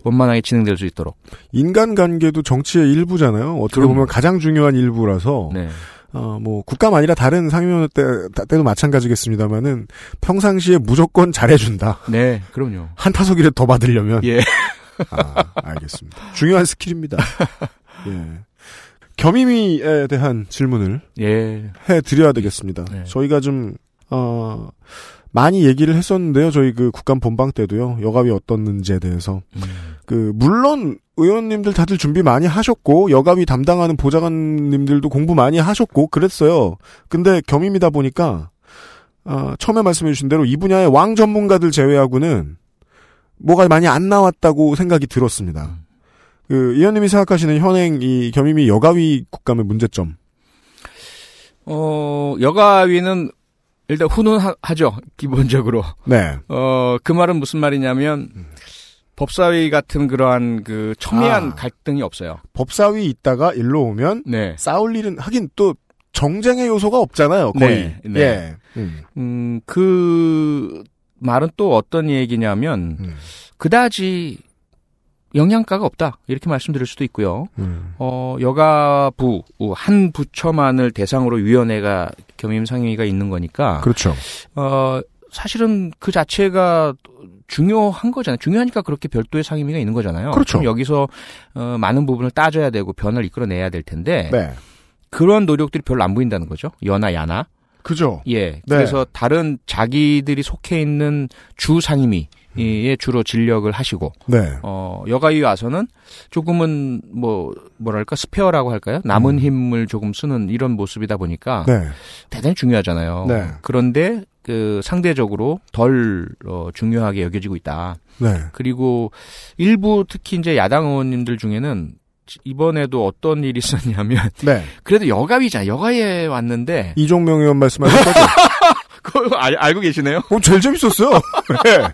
[SPEAKER 7] 원만하게 진행될 수 있도록.
[SPEAKER 2] 인간관계도 정치의 일부잖아요. 어떻게
[SPEAKER 7] 그럼요.
[SPEAKER 2] 보면 가장 중요한 일부라서
[SPEAKER 7] 네.
[SPEAKER 2] 어, 뭐 국감 아니라 다른 상임위원 때 다- 때도 마찬가지겠습니다만은 평상시에 무조건 잘해준다.
[SPEAKER 7] 네, 그럼요.
[SPEAKER 2] 한 타석이라도 더 받으려면
[SPEAKER 7] 예.
[SPEAKER 2] 아, 알겠습니다. 중요한 스킬입니다. 예. 겸임이에 대한 질문을
[SPEAKER 7] 예.
[SPEAKER 2] 해드려야 되겠습니다.
[SPEAKER 7] 네.
[SPEAKER 2] 저희가 좀, 어, 많이 얘기를 했었는데요. 저희 그 국감 본방 때도요. 여가위 어떻는지에 대해서. 그, 물론 의원님들 다들 준비 많이 하셨고, 여가위 담당하는 보좌관님들도 공부 많이 하셨고, 그랬어요. 근데 겸임이다 보니까, 어, 처음에 말씀해주신 대로 이 분야의 왕 전문가들 제외하고는 뭐가 많이 안 나왔다고 생각이 들었습니다. 그, 의원님이 생각하시는 현행 이 겸임이 여가위 국감의 문제점.
[SPEAKER 7] 어, 여가위는 일단 훈훈하죠. 기본적으로.
[SPEAKER 2] 네.
[SPEAKER 7] 어, 그 말은 무슨 말이냐면
[SPEAKER 2] 음.
[SPEAKER 7] 법사위 같은 그러한 그 첨예한
[SPEAKER 2] 아.
[SPEAKER 7] 갈등이 없어요.
[SPEAKER 2] 법사위 있다가 일로 오면
[SPEAKER 7] 네.
[SPEAKER 2] 싸울 일은 하긴 또 정쟁의 요소가 없잖아요. 거의.
[SPEAKER 7] 네, 네.
[SPEAKER 2] 예. 음,
[SPEAKER 7] 음, 그 말은 또 어떤 얘기냐면
[SPEAKER 2] 음,
[SPEAKER 7] 그다지 영양가가 없다. 이렇게 말씀드릴 수도 있고요.
[SPEAKER 2] 음.
[SPEAKER 7] 어, 여가부, 어, 한 부처만을 대상으로 위원회가 겸임상임위가 있는 거니까
[SPEAKER 2] 그렇죠.
[SPEAKER 7] 어, 사실은 그 자체가 중요한 거잖아요. 중요하니까 그렇게 별도의 상임위가 있는 거잖아요.
[SPEAKER 2] 그렇죠.
[SPEAKER 7] 그럼 여기서 어, 많은 부분을 따져야 되고 변화를 이끌어내야 될 텐데
[SPEAKER 2] 네.
[SPEAKER 7] 그런 노력들이 별로 안 보인다는 거죠. 여나 야나.
[SPEAKER 2] 그죠.
[SPEAKER 7] 예. 그래서 다른 자기들이 속해 있는 주 상임위에 주로 진력을 하시고
[SPEAKER 2] 네.
[SPEAKER 7] 어, 여가위 와서는 조금은 뭐 뭐랄까 스페어라고 할까요? 남은
[SPEAKER 2] 음.
[SPEAKER 7] 힘을 조금 쓰는 이런 모습이다 보니까
[SPEAKER 2] 네.
[SPEAKER 7] 대단히 중요하잖아요.
[SPEAKER 2] 네.
[SPEAKER 7] 그런데 그 상대적으로 덜 어, 중요하게 여겨지고 있다.
[SPEAKER 2] 네.
[SPEAKER 7] 그리고 일부 특히 이제 야당 의원님들 중에는 이번에도 어떤 일이 있었냐면 *laughs*
[SPEAKER 2] 네.
[SPEAKER 7] 그래도 여가위잖아요. 여가위에 왔는데
[SPEAKER 2] 이종명 의원 말씀하신 *laughs* 거죠.
[SPEAKER 7] 그거 알, 알고 계시네요?
[SPEAKER 2] 어, 제일 재밌었어요. *laughs* 네.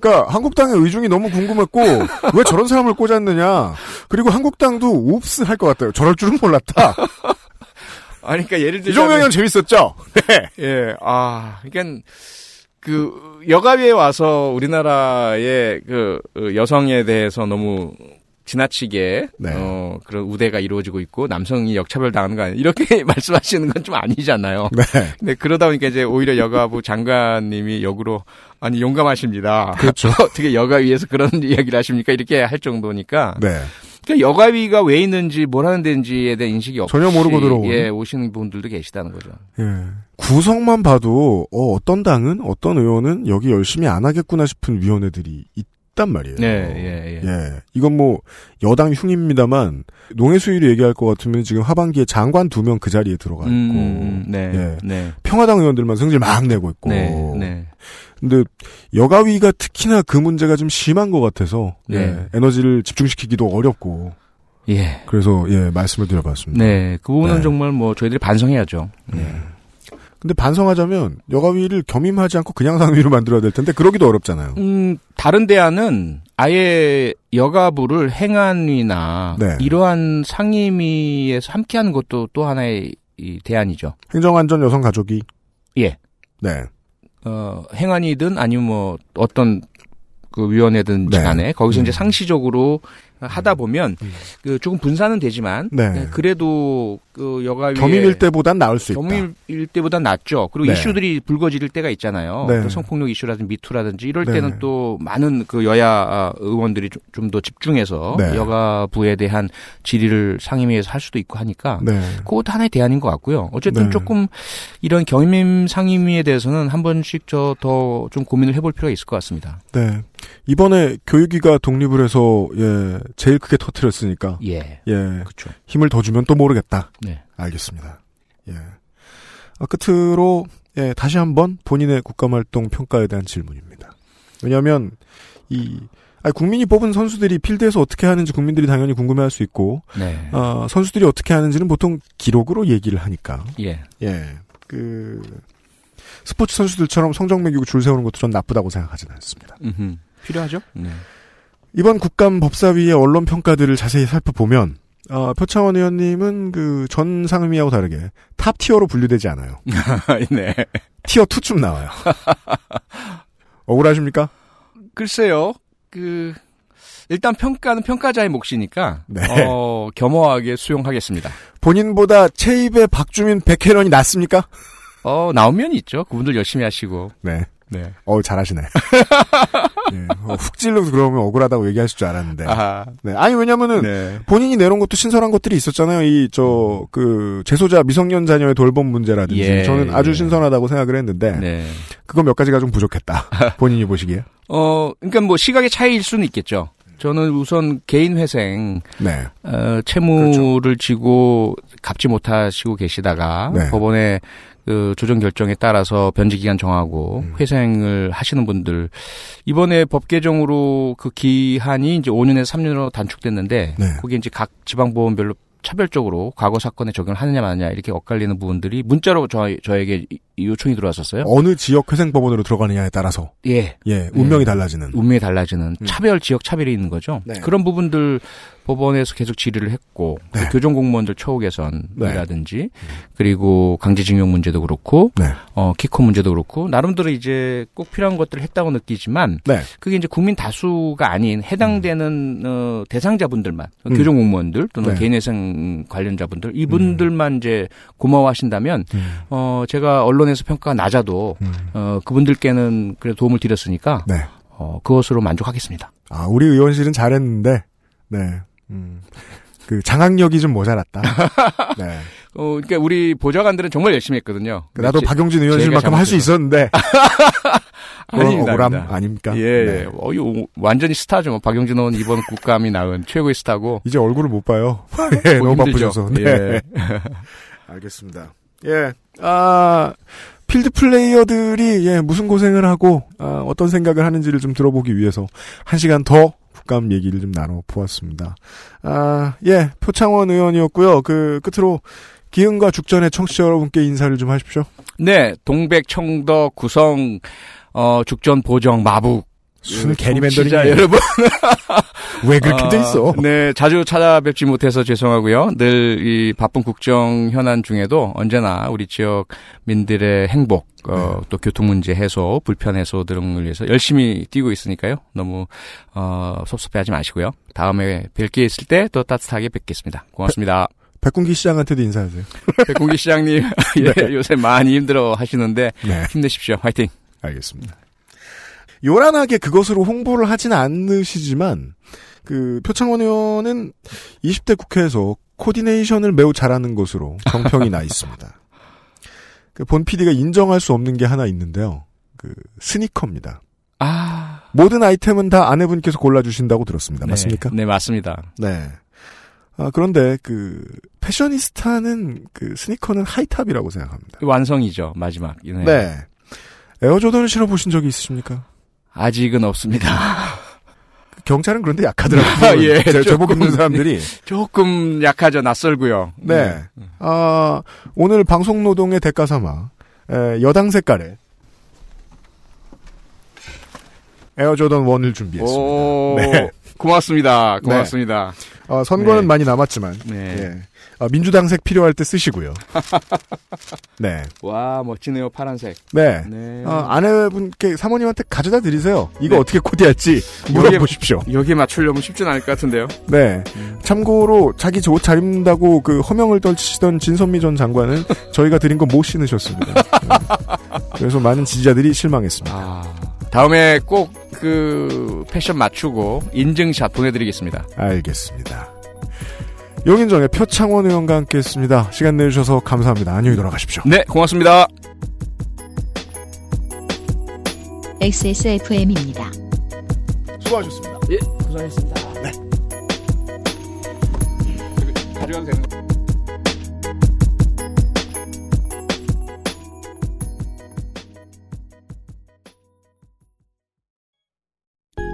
[SPEAKER 2] 그러니까 한국당의 의중이 너무 궁금했고 왜 저런 사람을 꽂았느냐. 그리고 한국당도 옵스 할 것 같아요. 저럴 줄은 몰랐다.
[SPEAKER 7] 아니 그러니까 예를
[SPEAKER 2] *laughs*
[SPEAKER 7] 들면
[SPEAKER 2] 이종명 의원 재밌었죠.
[SPEAKER 7] 예. 아, 그러니까 그 여가위에 와서 우리나라의 그 어, 여성에 대해서 너무 지나치게
[SPEAKER 2] 네.
[SPEAKER 7] 어 그런 우대가 이루어지고 있고 남성이 역차별 당하는 거 아니에요. 이렇게 *laughs* 말씀하시는 건 좀 아니잖아요.
[SPEAKER 2] 네.
[SPEAKER 7] 근데 그러다 보니까 이제 오히려 여가부 장관님이 역으로 아니 용감하십니다.
[SPEAKER 2] 그렇죠.
[SPEAKER 7] *laughs* 어떻게 여가위에서 그런 *laughs* 이야기를 하십니까? 이렇게 할 정도니까.
[SPEAKER 2] 네.
[SPEAKER 7] 그러니까 여가위가 왜 있는지 뭘 하는 데인지에 대한 인식이 없이
[SPEAKER 2] 전혀 모르고 들어온.
[SPEAKER 7] 예, 오시는 분들도 계시다는 거죠.
[SPEAKER 2] 예. 구성만 봐도 어, 어떤 당은 어떤 의원은 여기 열심히 안 하겠구나 싶은 위원회들이 있단 말이에요.
[SPEAKER 7] 네, 예, 예.
[SPEAKER 2] 예. 이건 뭐 여당 흉입니다만 농해수위를 얘기할 것 같으면 지금 하반기에 장관 두 명 그 자리에 들어가 있고
[SPEAKER 7] 음, 네,
[SPEAKER 2] 예.
[SPEAKER 7] 네,
[SPEAKER 2] 평화당 의원들만 성질 막 내고 있고.
[SPEAKER 7] 네, 네.
[SPEAKER 2] 근데 여가위가 특히나 그 문제가 좀 심한 것 같아서 예,
[SPEAKER 7] 네.
[SPEAKER 2] 에너지를 집중시키기도 어렵고
[SPEAKER 7] 예.
[SPEAKER 2] 그래서 예 말씀을 드려봤습니다.
[SPEAKER 7] 네, 그 부분은
[SPEAKER 2] 네.
[SPEAKER 7] 정말 뭐 저희들이 반성해야죠.
[SPEAKER 2] 근데 반성하자면 여가위를 겸임하지 않고 그냥 상위로 만들어야 될 텐데 그러기도 어렵잖아요.
[SPEAKER 7] 음, 다른 대안은 아예 여가부를 행안위나
[SPEAKER 2] 네.
[SPEAKER 7] 이러한 상임위에서 함께하는 것도 또 하나의 이 대안이죠.
[SPEAKER 2] 행정안전 여성 가족이
[SPEAKER 7] 예.
[SPEAKER 2] 네.
[SPEAKER 7] 어, 행안위든 아니면 뭐 어떤 그 위원회든
[SPEAKER 2] 네.
[SPEAKER 7] 간에 거기서 이제
[SPEAKER 2] 음.
[SPEAKER 7] 상시적으로 하다 보면 그 조금 분산은 되지만
[SPEAKER 2] 네.
[SPEAKER 7] 그래도 그 여가위에
[SPEAKER 2] 겸임일 때보단 나을 수 있다.
[SPEAKER 7] 경일 때보다 낫죠. 그리고
[SPEAKER 2] 네.
[SPEAKER 7] 이슈들이 불거질 때가 있잖아요.
[SPEAKER 2] 네.
[SPEAKER 7] 그 성폭력 이슈라든지 미투라든지 이럴
[SPEAKER 2] 네.
[SPEAKER 7] 때는 또 많은 그 여야 의원들이 좀 더 집중해서
[SPEAKER 2] 네.
[SPEAKER 7] 여가부에 대한 질의를 상임위에서 할 수도 있고 하니까
[SPEAKER 2] 네.
[SPEAKER 7] 그것도 하나의 대안인 것 같고요. 어쨌든
[SPEAKER 2] 네.
[SPEAKER 7] 조금 이런 경임 상임위에 대해서는 한 번씩 저 더 좀 고민을 해볼 필요가 있을 것 같습니다.
[SPEAKER 2] 네. 이번에 교육위가 독립을 해서 예, 제일 크게 터트렸으니까
[SPEAKER 7] 예,
[SPEAKER 2] 예,
[SPEAKER 7] 그렇죠.
[SPEAKER 2] 힘을 더 주면 또 모르겠다.
[SPEAKER 7] 네.
[SPEAKER 2] 알겠습니다. 예. 아, 끝으로 예, 다시 한번 본인의 국가활동 평가에 대한 질문입니다. 왜냐하면 이 아니, 국민이 뽑은 선수들이 필드에서 어떻게 하는지 국민들이 당연히 궁금해할 수 있고
[SPEAKER 7] 네,
[SPEAKER 2] 아, 선수들이 어떻게 하는지는 보통 기록으로 얘기를 하니까
[SPEAKER 7] 예,
[SPEAKER 2] 예. 그 스포츠 선수들처럼 성적 매기고 줄 세우는 것도 전 나쁘다고 생각하지는 않습니다.
[SPEAKER 7] 필요하죠. 네,
[SPEAKER 2] 이번 국감 법사위의 언론 평가들을 자세히 살펴보면 어, 표창원 의원님은 그 전 상임위하고 다르게 탑 티어로 분류되지 않아요.
[SPEAKER 7] *laughs* 네.
[SPEAKER 2] 티어 2쯤
[SPEAKER 7] *laughs*
[SPEAKER 2] 나와요. 억울하십니까?
[SPEAKER 7] 글쎄요. 그 일단 평가는 평가자의 몫이니까
[SPEAKER 2] 네.
[SPEAKER 7] 어, 겸허하게 수용하겠습니다.
[SPEAKER 2] 본인보다 체입의 박주민 백혜련이 낫습니까?
[SPEAKER 7] 어, 나온 면이 있죠. 그분들 열심히 하시고.
[SPEAKER 2] 네.
[SPEAKER 7] 네.
[SPEAKER 2] 어 잘하시네.
[SPEAKER 7] *laughs*
[SPEAKER 2] 네. 어, 훅 찔러서 그러면 억울하다고 얘기하실 줄 알았는데.
[SPEAKER 7] 아,
[SPEAKER 2] 네. 아니 왜냐면은
[SPEAKER 7] 네.
[SPEAKER 2] 본인이 내놓은 것도 신선한 것들이 있었잖아요. 이 저 그 재소자 미성년 자녀의 돌봄 문제라든지
[SPEAKER 7] 예,
[SPEAKER 2] 저는 아주
[SPEAKER 7] 예.
[SPEAKER 2] 신선하다고 생각을 했는데
[SPEAKER 7] 네.
[SPEAKER 2] 그거 몇 가지가 좀
[SPEAKER 7] *laughs*
[SPEAKER 2] 부족했다. 본인이 보시기에.
[SPEAKER 7] 어, 그러니까 뭐 시각의 차이일 수는 있겠죠. 저는 우선 개인 회생
[SPEAKER 2] 네.
[SPEAKER 7] 어, 채무를 지고 갚지 못하시고 계시다가
[SPEAKER 2] 네.
[SPEAKER 7] 법원의 그 조정 결정에 따라서 변제 기간 정하고
[SPEAKER 2] 음.
[SPEAKER 7] 회생을 하시는 분들 이번에 법 개정으로 그 기한이 이제 5년에서 3년으로 단축됐는데
[SPEAKER 2] 네.
[SPEAKER 7] 거기에 이제 각 지방 보험별로 차별적으로 과거 사건에 적용을 하느냐 마느냐 이렇게 엇갈리는 부분들이 문자로 저, 저에게 이- 이 요청이 들어왔었어요.
[SPEAKER 2] 어느 지역 회생법원으로 들어가느냐에 따라서
[SPEAKER 7] 예.
[SPEAKER 2] 예 운명이 달라지는. 음.
[SPEAKER 7] 운명이 달라지는 차별 지역 차별이 있는 거죠.
[SPEAKER 2] 네.
[SPEAKER 7] 그런 부분들 법원에서 계속 질의를 했고
[SPEAKER 2] 네.
[SPEAKER 7] 그 교정 공무원들 처우 개선이라든지 그리고 강제징용 문제도 그렇고
[SPEAKER 2] 네.
[SPEAKER 7] 어 키코 문제도 그렇고 나름대로 이제 꼭 필요한 것들을 했다고 느끼지만
[SPEAKER 2] 네.
[SPEAKER 7] 그게 이제 국민 다수가 아닌 해당되는 어, 대상자분들만
[SPEAKER 2] 음.
[SPEAKER 7] 교정 공무원들 또는
[SPEAKER 2] 네.
[SPEAKER 7] 개인회생 관련자분들 이분들만 이제 고마워하신다면
[SPEAKER 2] 음.
[SPEAKER 7] 어 제가 언론에서 평가가 낮아도
[SPEAKER 2] 음.
[SPEAKER 7] 어 그분들께는 그래 도움을 드렸으니까
[SPEAKER 2] 네.
[SPEAKER 7] 어, 그것으로 만족하겠습니다.
[SPEAKER 2] 아 우리 의원실은 잘했는데. 네. 음. 그 장악력이 좀 모자랐다.
[SPEAKER 7] *laughs*
[SPEAKER 2] 네.
[SPEAKER 7] 어, 그러니까 우리 보좌관들은 정말 열심히 했거든요.
[SPEAKER 2] 그러니까 나도
[SPEAKER 7] 네, 제-
[SPEAKER 2] 박용진 의원실만큼
[SPEAKER 7] 제가
[SPEAKER 2] 할 수
[SPEAKER 7] *laughs*
[SPEAKER 2] 있었는데 그런
[SPEAKER 7] 아닙니다,
[SPEAKER 2] 억울함
[SPEAKER 7] 아닙니다.
[SPEAKER 2] 아닙니까?
[SPEAKER 7] 예,
[SPEAKER 2] 네.
[SPEAKER 7] 예. 어, 이 완전히 스타죠. 뭐 박용진 의원 이번 국감이 낳은 최고의 스타고.
[SPEAKER 2] 이제 얼굴을 못 봐요. *laughs* 예, 너무
[SPEAKER 7] 보기
[SPEAKER 2] 바쁘셔서. 네.
[SPEAKER 7] 예.
[SPEAKER 2] 알겠습니다. 예. 아, 필드 플레이어들이, 예, 무슨 고생을 하고, 아, 어떤 생각을 하는지를 좀 들어보기 위해서, 한 시간 더 국감 얘기를 좀 나눠보았습니다. 아, 예, 표창원 의원이었고요 그, 끝으로, 기흥과 죽전의 청취자 여러분께 인사를 좀 하십시오.
[SPEAKER 7] 네, 동백, 청덕, 구성, 어, 죽전, 보정, 마북. 그
[SPEAKER 2] 순
[SPEAKER 7] 청취자
[SPEAKER 2] 게리맨더링.
[SPEAKER 7] 예, 여러분.
[SPEAKER 2] 왜 그렇게 돼
[SPEAKER 7] 아,
[SPEAKER 2] 있어?
[SPEAKER 7] 네, 자주 찾아뵙지 못해서 죄송하고요. 늘 이 바쁜 국정 현안 중에도 언제나 우리 지역 민들의 행복, 어,
[SPEAKER 2] 네.
[SPEAKER 7] 또 교통 문제 해소, 불편 해소 등을 위해서 열심히 뛰고 있으니까요. 너무 어, 섭섭해하지 마시고요. 다음에 뵐 게 있을 때 또 따뜻하게 뵙겠습니다.
[SPEAKER 2] *laughs*
[SPEAKER 7] 고맙습니다.
[SPEAKER 2] 백군기 시장한테도 인사하세요.
[SPEAKER 7] 백공기 시장님, 예,
[SPEAKER 2] *laughs* 네.
[SPEAKER 7] 요새 많이 힘들어 하시는데
[SPEAKER 2] 네.
[SPEAKER 7] 힘내십시오. 화이팅.
[SPEAKER 2] 알겠습니다. 요란하게 그것으로 홍보를 하진 않으시지만 그 표창원 의원은 20대 국회에서 코디네이션을 매우 잘하는 것으로 정평이 나
[SPEAKER 7] *laughs*
[SPEAKER 2] 있습니다. 그 본 PD가 인정할 수 없는 게 하나 있는데요. 그 스니커입니다.
[SPEAKER 7] 아,
[SPEAKER 2] 모든 아이템은 다 아내분께서 골라주신다고 들었습니다.
[SPEAKER 7] 네.
[SPEAKER 2] 맞습니까?
[SPEAKER 7] 네, 맞습니다.
[SPEAKER 2] 네. 아, 그런데 그 패셔니스타는 그 스니커는 하이탑이라고 생각합니다.
[SPEAKER 7] 완성이죠. 마지막. 네.
[SPEAKER 2] 네. 에어조던을 신어보신 적이 있으십니까?
[SPEAKER 7] 아직은 없습니다.
[SPEAKER 2] 경찰은 그런데 약하더라고요.
[SPEAKER 7] 아, 예,
[SPEAKER 2] 제, 제보
[SPEAKER 7] 조금.
[SPEAKER 2] 보는
[SPEAKER 7] *laughs*
[SPEAKER 2] 사람들이.
[SPEAKER 7] 조금 약하죠. 낯설고요. 음.
[SPEAKER 2] 네. 아, 오늘 방송 노동의 대가 삼아, 에, 여당 색깔의 에어조던 원을 준비했습니다.
[SPEAKER 7] 오,
[SPEAKER 2] 네.
[SPEAKER 7] 고맙습니다. 고맙습니다.
[SPEAKER 2] 아, 선거는
[SPEAKER 7] 네.
[SPEAKER 2] 많이 남았지만,
[SPEAKER 7] 네.
[SPEAKER 2] 예. 아, 민주당색 필요할 때
[SPEAKER 7] *laughs*
[SPEAKER 2] 쓰시고요. 네.
[SPEAKER 7] 와, 멋지네요. 파란색.
[SPEAKER 2] 네.
[SPEAKER 7] 네.
[SPEAKER 2] 어, 아내분께 사모님한테 가져다 드리세요. 이거
[SPEAKER 7] 네.
[SPEAKER 2] 어떻게 코디할지
[SPEAKER 7] 여기에-
[SPEAKER 2] 물어보십시오.
[SPEAKER 7] 여기에 맞추려면 쉽진 않을 것 같은데요.
[SPEAKER 2] 네. 참고로 자기 저 옷 잘 입는다고 그 허명을 떨치시던 진선미 전 *laughs* 장관은 저희가 드린 건 못 신으셨습니다. *laughs* 네. 그래서 많은 지지자들이 실망했습니다.
[SPEAKER 7] 아, 다음에 꼭 그 패션 맞추고 인증샷 보내드리겠습니다.
[SPEAKER 2] 알겠습니다. 용인정의 표창원 의원과 함께했습니다. 시간 내주셔서 감사합니다. 안녕히 돌아가십시오.
[SPEAKER 7] 네, 고맙습니다.
[SPEAKER 1] XSFM입니다.
[SPEAKER 2] 수고하셨습니다.
[SPEAKER 7] 예, 고생하셨습니다. 네. 가져가도 되는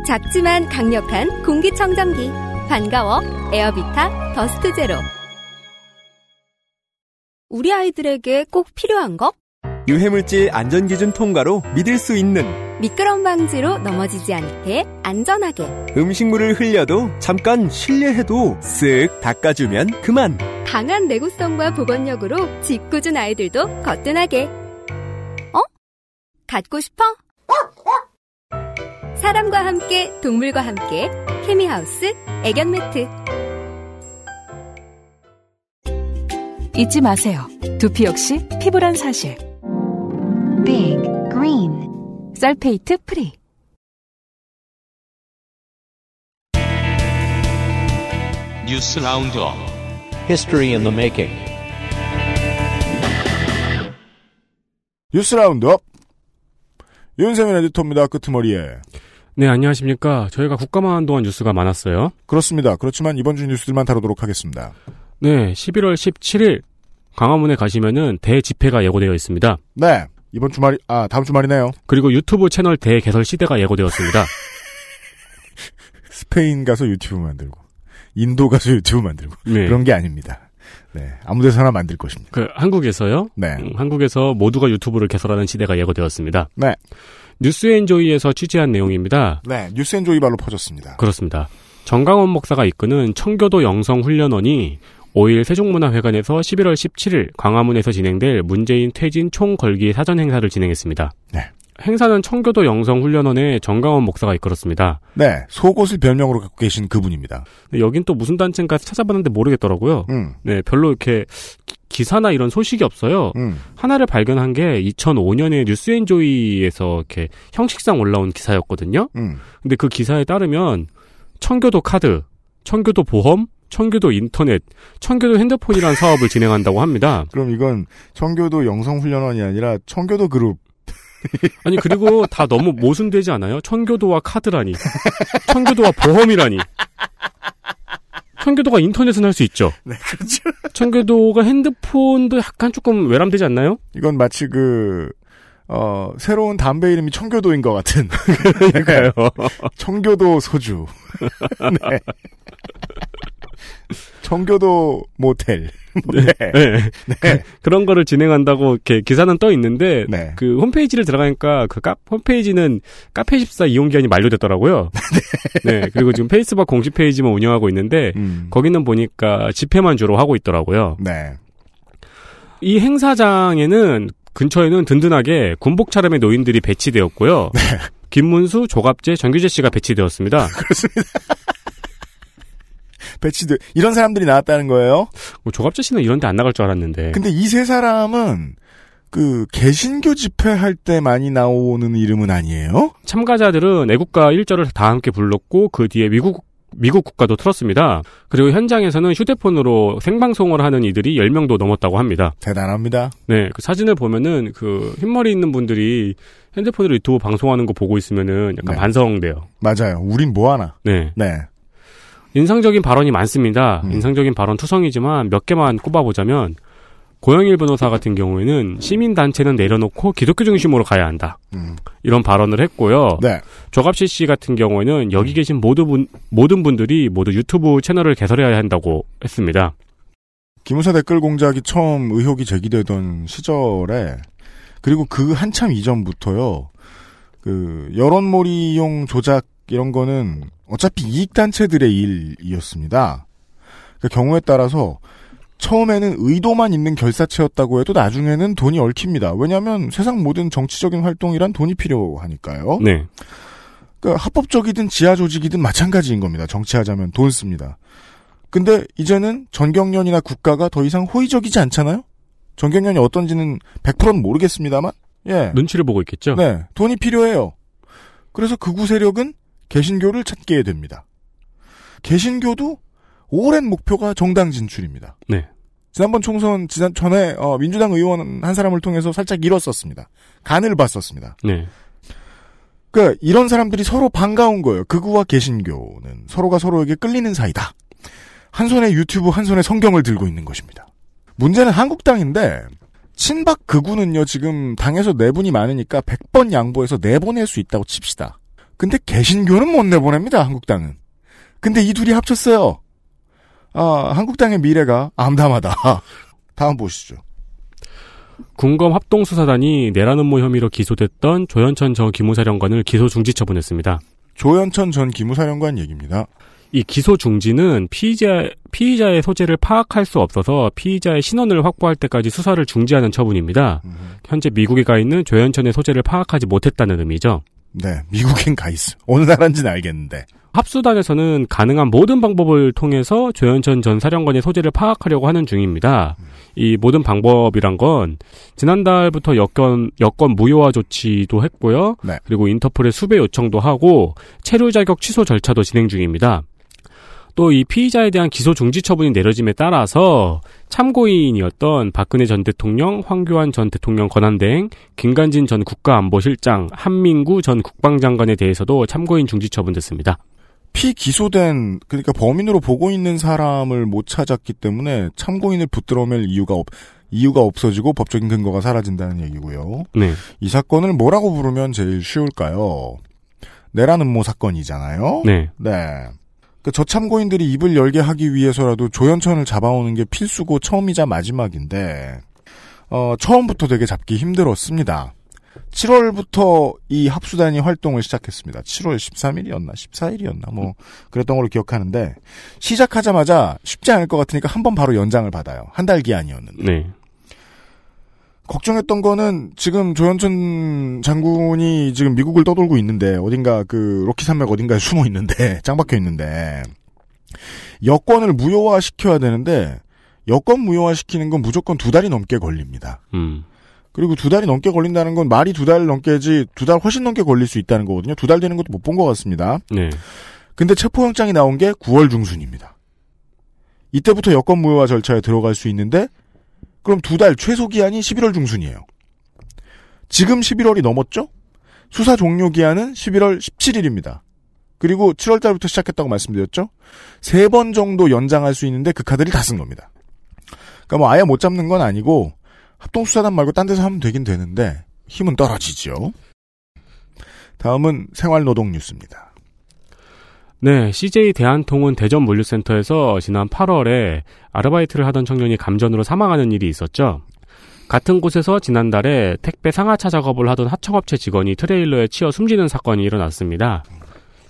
[SPEAKER 3] 작지만 강력한 공기청정기. 반가워. 에어비타 더스트 제로. 우리 아이들에게 꼭 필요한 거?
[SPEAKER 10] 유해물질 안전기준 통과로 믿을 수 있는
[SPEAKER 3] 미끄럼 방지로 넘어지지 않게 안전하게
[SPEAKER 9] 음식물을 흘려도 잠깐 실례해도 쓱 닦아주면 그만.
[SPEAKER 3] 강한 내구성과 보건력으로 짓궂은 아이들도 거뜬하게. 어? 갖고 싶어? 사람과 함께 동물과 함께 케미하우스 애견 매트.
[SPEAKER 8] 잊지 마세요. 두피 역시 피부란 사실. Big Green 설페이트 프리
[SPEAKER 10] 뉴스 라운드업
[SPEAKER 2] 뉴스 라운드업. 윤세민 에디터입니다. 끄트머리에.
[SPEAKER 6] 네, 안녕하십니까. 저희가 국가만 한 동안 뉴스가 많았어요.
[SPEAKER 2] 그렇습니다. 그렇지만 이번 주 뉴스들만 다루도록 하겠습니다.
[SPEAKER 6] 네, 11월 17일 강화문에 가시면은 대집회가 예고되어 있습니다.
[SPEAKER 2] 네. 이번 주말이, 아, 다음 주말이네요.
[SPEAKER 6] 그리고 유튜브 채널 대개설
[SPEAKER 2] *laughs*
[SPEAKER 6] 시대가 예고되었습니다.
[SPEAKER 2] 스페인 가서 유튜브 만들고, 인도 가서 유튜브 만들고,
[SPEAKER 6] 네.
[SPEAKER 2] 그런 게 아닙니다. 네. 아무 데서나 만들 것입니다.
[SPEAKER 6] 그 한국에서요.
[SPEAKER 2] 네.
[SPEAKER 6] 음, 한국에서 모두가 유튜브를 개설하는 시대가 예고되었습니다.
[SPEAKER 2] 네.
[SPEAKER 6] 뉴스앤조이에서 취재한 내용입니다.
[SPEAKER 2] 네. 뉴스 앤 조이 발로 퍼졌습니다.
[SPEAKER 6] 그렇습니다. 정강원 목사가 이끄는 청교도 영성훈련원이 5일 세종문화회관에서 11월 17일 광화문에서 진행될 문재인 퇴진 총걸기 사전 행사를 진행했습니다.
[SPEAKER 2] 네.
[SPEAKER 6] 행사는 청교도 영성훈련원의 정강원 목사가 이끌었습니다.
[SPEAKER 2] 네. 속옷을 별명으로 갖고 계신 그분입니다.
[SPEAKER 6] 근데 여긴 또 무슨 단체인가 찾아봤는데 모르겠더라고요.
[SPEAKER 2] 음.
[SPEAKER 6] 네, 별로 이렇게 기- 기사나 이런 소식이 없어요.
[SPEAKER 2] 음.
[SPEAKER 6] 하나를 발견한 게 2005년에 뉴스앤조이에서 이렇게 형식상 올라온 기사였거든요.
[SPEAKER 2] 음.
[SPEAKER 6] 근데 그 기사에 따르면 청교도 카드, 청교도 보험, 청교도 인터넷, 청교도 핸드폰이라는 사업을 진행한다고 합니다.
[SPEAKER 2] 그럼 이건 청교도 영성훈련원이 아니라 청교도 그룹.
[SPEAKER 6] 아니 그리고 다 너무 모순되지 않아요? 청교도와 카드라니, 청교도와 보험이라니. 청교도가 인터넷은 할 수 있죠.
[SPEAKER 2] 네, 그렇죠.
[SPEAKER 6] 청교도가 핸드폰도 약간 조금 외람되지 않나요?
[SPEAKER 2] 이건 마치 그, 어, 새로운 담배 이름이 청교도인 것 같은. *laughs* 약간 청교도 소주. *laughs* 네. 청교도 모텔. 네.
[SPEAKER 6] 네. 그런 거를 진행한다고 이렇게 기사는 떠 있는데
[SPEAKER 2] 네.
[SPEAKER 6] 그 홈페이지를 들어가니까 그 카, 홈페이지는 카페14 이용 기한이 만료됐더라고요. 네. 그리고 지금 페이스북 공식 페이지만 운영하고 있는데
[SPEAKER 2] 음.
[SPEAKER 6] 거기는 보니까 집회만 주로 하고 있더라고요.
[SPEAKER 2] 네.
[SPEAKER 6] 이 행사장에는 근처에는 든든하게 군복 차림의 노인들이 배치되었고요.
[SPEAKER 2] 네.
[SPEAKER 6] 김문수, 조갑재, 정규재 씨가 배치되었습니다.
[SPEAKER 2] *laughs* 배치돼. 이런 사람들이 나왔다는 거예요.
[SPEAKER 6] 뭐 조갑재 씨는 이런 데 안 나갈 줄 알았는데.
[SPEAKER 2] 근데 이 세 사람은 그 개신교 집회할 때 많이 나오는 이름은 아니에요?
[SPEAKER 6] 참가자들은 애국가 1절을 다 함께 불렀고 그 뒤에 미국 미국 국가도 틀었습니다. 그리고 현장에서는 휴대폰으로 생방송을 하는 이들이 10명도 넘었다고 합니다.
[SPEAKER 2] 대단합니다.
[SPEAKER 6] 네, 그 사진을 보면은 그 흰머리 있는 분들이 핸드폰으로 유튜브 방송하는 거 보고 있으면은 약간
[SPEAKER 2] 네.
[SPEAKER 6] 반성돼요.
[SPEAKER 2] 맞아요. 우린 뭐 하나.
[SPEAKER 6] 네.
[SPEAKER 2] 네.
[SPEAKER 6] 인상적인 발언이 많습니다.
[SPEAKER 2] 음.
[SPEAKER 6] 인상적인 발언 투성이지만 몇 개만 꼽아보자면 고영일 변호사 같은 경우에는 시민단체는 내려놓고 기독교 중심으로 가야 한다.
[SPEAKER 2] 음.
[SPEAKER 6] 이런 발언을 했고요.
[SPEAKER 2] 네.
[SPEAKER 6] 조갑시 씨 같은 경우에는 여기 계신 모두 분, 모든 분들이 모두 유튜브 채널을 개설해야 한다고 했습니다.
[SPEAKER 2] 기무사 댓글 공작이 처음 의혹이 제기되던 시절에 그리고 그 한참 이전부터요. 그 여론몰이용 조작 이런 거는 어차피 이익 단체들의 일이었습니다. 그 경우에 따라서 처음에는 의도만 있는 결사체였다고 해도 나중에는 돈이 얽힙니다. 왜냐하면 세상 모든 정치적인 활동이란 돈이 필요하니까요.
[SPEAKER 6] 네.
[SPEAKER 2] 그 합법적이든 지하 조직이든 마찬가지인 겁니다. 정치하자면 돈 씁니다. 근데 이제는 전경련이나 국가가 더 이상 호의적이지 않잖아요? 전경련이 어떤지는 100%는 모르겠습니다만, 예.
[SPEAKER 6] 눈치를 보고 있겠죠?
[SPEAKER 2] 네. 돈이 필요해요. 그래서 극우 세력은 개신교를 찾게 됩니다. 개신교도 오랜 목표가 정당 진출입니다.
[SPEAKER 6] 네.
[SPEAKER 2] 지난번 총선 지난 전에 어, 민주당 의원 한 사람을 통해서 살짝 잃었었습니다. 간을 봤었습니다.
[SPEAKER 6] 네.
[SPEAKER 2] 그러니까 이런 사람들이 서로 반가운 거예요. 극우와 개신교는 서로가 서로에게 끌리는 사이다. 한 손에 유튜브, 한 손에 성경을 들고 있는 것입니다. 문제는 한국당인데 친박 극우는요 지금 당에서 네 분이 많으니까 100번 양보해서 내보낼 수 있다고 칩시다. 근데 개신교는 못 내보냅니다 한국당은. 근데 이 둘이 합쳤어요. *laughs* 아 한국당의 미래가 암담하다. 다음 보시죠.
[SPEAKER 6] 군검 합동수사단이 내란 음모 혐의로 기소됐던 조현천 전 기무사령관을 기소 중지 처분했습니다.
[SPEAKER 2] 조현천 전 기무사령관 얘기입니다.
[SPEAKER 6] 이 기소 중지는 피의자, 피의자의 소재를 파악할 수 없어서 피의자의 신원을 확보할 때까지 수사를 중지하는 처분입니다. 현재 미국에 가 있는 조현천의 소재를 파악하지 못했다는 의미죠.
[SPEAKER 2] 네, 미국엔 가 있어. 어느 나라인지는 알겠는데.
[SPEAKER 6] 합수단에서는 가능한 모든 방법을 통해서 조현천 전 사령관의 소재를 파악하려고 하는 중입니다. 이 모든 방법이란 건 지난달부터 여권 여권 무효화 조치도 했고요.
[SPEAKER 2] 네.
[SPEAKER 6] 그리고 인터폴에 수배 요청도 하고 체류 자격 취소 절차도 진행 중입니다. 또 이 피의자에 대한 기소 중지 처분이 내려짐에 따라서 참고인이었던 박근혜 전 대통령, 황교안 전 대통령 권한대행, 김관진 전 국가안보실장, 한민구 전 국방장관에 대해서도 참고인 중지 처분됐습니다.
[SPEAKER 2] 피 기소된 그러니까 범인으로 보고 있는 사람을 못 찾았기 때문에 참고인을 붙들어맬 이유가 없 이유가 없어지고 법적인 근거가 사라진다는 얘기고요.
[SPEAKER 6] 네.
[SPEAKER 2] 이 사건을 뭐라고 부르면 제일 쉬울까요? 내란 음모 사건이잖아요.
[SPEAKER 6] 네.
[SPEAKER 2] 네. 그 저참고인들이 입을 열게 하기 위해서라도 조현천을 잡아오는 게 필수고 처음이자 마지막인데 어, 처음부터 되게 잡기 힘들었습니다. 7월부터 이 합수단이 활동을 시작했습니다. 7월 13일이었나 14일이었나 뭐 그랬던 걸로 기억하는데 시작하자마자 쉽지 않을 것 같으니까 한 번 바로 연장을 받아요. 한 달 기한이었는데
[SPEAKER 6] 네.
[SPEAKER 2] 걱정했던 거는 지금 조현천 장군이 지금 미국을 떠돌고 있는데 어딘가 그 로키 산맥 어딘가에 *laughs* 숨어 있는데 짱박혀 있는데 여권을 무효화 시켜야 되는데 여권 무효화 시키는 건 무조건 두 달이 넘게 걸립니다.
[SPEAKER 6] 음.
[SPEAKER 2] 그리고 두 달이 넘게 걸린다는 건 말이 두 달 넘게지 두 달 훨씬 넘게 걸릴 수 있다는 거거든요. 두 달 되는 것도 못 본 것 같습니다.
[SPEAKER 6] 네.
[SPEAKER 2] 근데 체포영장이 나온 게 9월 중순입니다. 이때부터 여권 무효화 절차에 들어갈 수 있는데 그럼 두 달 최소 기한이 11월 중순이에요. 지금 11월이 넘었죠? 수사 종료 기한은 11월 17일입니다. 그리고 7월 달부터 시작했다고 말씀드렸죠? 세 번 정도 연장할 수 있는데 그 카드를 다 쓴 겁니다. 그러니까 뭐 아예 못 잡는 건 아니고 합동수사단 말고 딴 데서 하면 되긴 되는데 힘은 떨어지죠. 다음은 생활노동 뉴스입니다.
[SPEAKER 6] 네, CJ 대한통운 대전 물류센터에서 지난 8월에 아르바이트를 하던 청년이 감전으로 사망하는 일이 있었죠. 같은 곳에서 지난달에 택배 상하차 작업을 하던 하청업체 직원이 트레일러에 치여 숨지는 사건이 일어났습니다.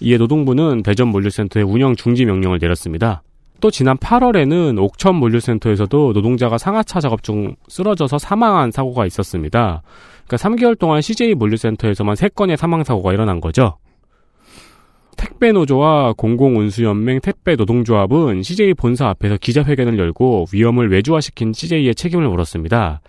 [SPEAKER 6] 이에 노동부는 대전 물류센터에 운영 중지 명령을 내렸습니다. 또 지난 8월에는 옥천 물류센터에서도 노동자가 상하차 작업 중 쓰러져서 사망한 사고가 있었습니다. 그러니까 3개월 동안 CJ 물류센터에서만 3건의 사망 사고가 일어난 거죠. 택배노조와 공공운수연맹 택배노동조합은 CJ 본사 앞에서 기자회견을 열고 위험을 외주화시킨 CJ의 책임을 물었습니다.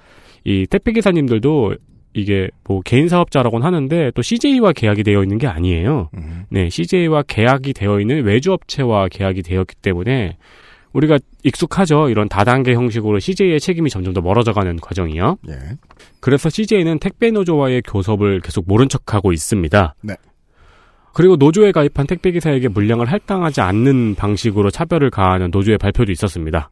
[SPEAKER 6] 이 택배기사님들도 이게 뭐 개인 사업자라고는 하는데 또 CJ와 계약이 되어 있는 게 아니에요. 네, CJ와 계약이 되어 있는 외주업체와 계약이 되었기 때문에 우리가 익숙하죠. 이런 다단계 형식으로 CJ의 책임이 점점 더 멀어져가는 과정이요.
[SPEAKER 2] 예.
[SPEAKER 6] 그래서 CJ는 택배노조와의 교섭을 계속 모른 척하고 있습니다.
[SPEAKER 2] 네.
[SPEAKER 6] 그리고 노조에 가입한 택배기사에게 물량을 할당하지 않는 방식으로 차별을 가하는 노조의 발표도 있었습니다.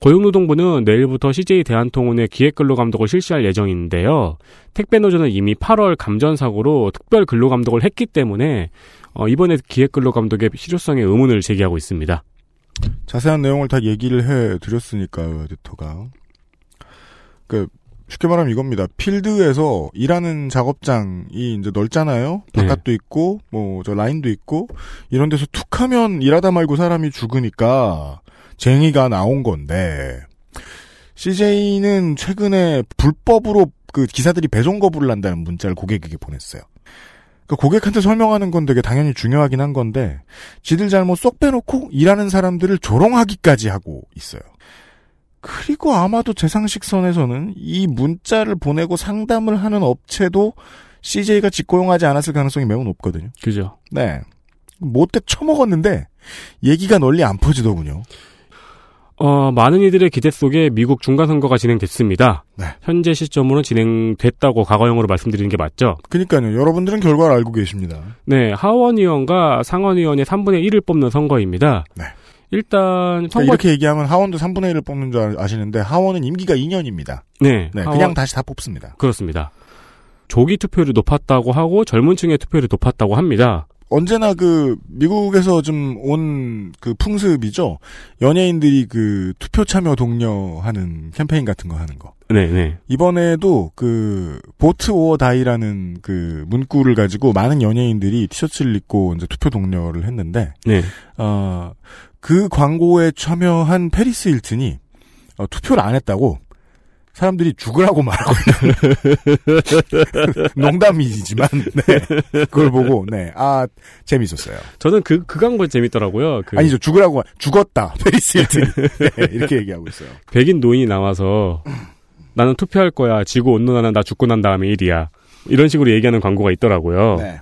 [SPEAKER 6] 고용노동부는 내일부터 CJ 대한통운의 기획근로감독을 실시할 예정인데요. 택배노조는 이미 8월 감전사고로 특별 근로감독을 했기 때문에 어, 이번에 기획근로감독의 실효성에 의문을 제기하고 있습니다.
[SPEAKER 2] 자세한 내용을 다 얘기를 해 드렸으니까요, 에디터가. 그 쉽게 말하면 이겁니다. 필드에서 일하는 작업장이 이제 넓잖아요.
[SPEAKER 6] 네.
[SPEAKER 2] 바깥도 있고 뭐 저 라인도 있고 이런 데서 툭하면 일하다 말고 사람이 죽으니까 쟁의가 나온 건데 CJ는 최근에 불법으로 그 기사들이 배송 거부를 한다는 문자를 고객에게 보냈어요. 그 고객한테 설명하는 건 되게 당연히 중요하긴 한 건데 지들 잘못 쏙 빼놓고 일하는 사람들을 조롱하기까지 하고 있어요. 그리고 아마도 제 상식선에서는 이 문자를 보내고 상담을 하는 업체도 CJ가 직고용하지 않았을 가능성이 매우 높거든요.
[SPEAKER 6] 그죠.
[SPEAKER 2] 네. 못돼 처먹었는데 얘기가 널리 안 퍼지더군요.
[SPEAKER 6] 어, 많은 이들의 기대 속에 미국 중간선거가 진행됐습니다.
[SPEAKER 2] 네.
[SPEAKER 6] 현재 시점으로 진행됐다고 과거형으로 말씀드리는 게 맞죠.
[SPEAKER 2] 그러니까요. 여러분들은 결과를 알고 계십니다. 그러니까
[SPEAKER 6] 네, 하원의원과 상원의원의 3분의 1을 뽑는 선거입니다.
[SPEAKER 2] 네.
[SPEAKER 6] 일단
[SPEAKER 2] 그러니까
[SPEAKER 6] 선거
[SPEAKER 2] 이렇게 얘기하면 하원도 3분의 1을 뽑는 줄 아- 아시는데 하원은 임기가 2년입니다.
[SPEAKER 6] 네,
[SPEAKER 2] 네,
[SPEAKER 6] 하원-
[SPEAKER 2] 그냥 다시 다 뽑습니다.
[SPEAKER 6] 그렇습니다. 조기 투표율이 높았다고 하고 젊은 층의 투표율이 높았다고 합니다.
[SPEAKER 2] 언제나 그 미국에서 좀 온 그 풍습이죠. 연예인들이 그 투표 참여 독려하는 캠페인 같은 거 하는 거.
[SPEAKER 6] 네, 네.
[SPEAKER 2] 이번에도 그 보트 오어 다이라는 그 문구를 가지고 많은 연예인들이 티셔츠를 입고 이제 투표 독려를 했는데
[SPEAKER 6] 네.
[SPEAKER 2] 어, 그 광고에 참여한 페리스 힐튼이 어, 투표를 안 했다고 사람들이 죽으라고 말하고 있는 *laughs* 농담이지만 네, 그걸 보고 네아 재밌었어요.
[SPEAKER 6] 저는 그, 그 광고 재밌더라고요. 그
[SPEAKER 2] 아니죠 죽으라고 죽었다 *laughs* 페리스 힐튼 네, 이렇게 얘기하고 있어요.
[SPEAKER 6] 백인 노인이 나와서 나는 투표할 거야. 지구 온난화는 나 죽고 난 다음에 일이야. 이런 식으로 얘기하는 광고가 있더라고요.
[SPEAKER 2] 네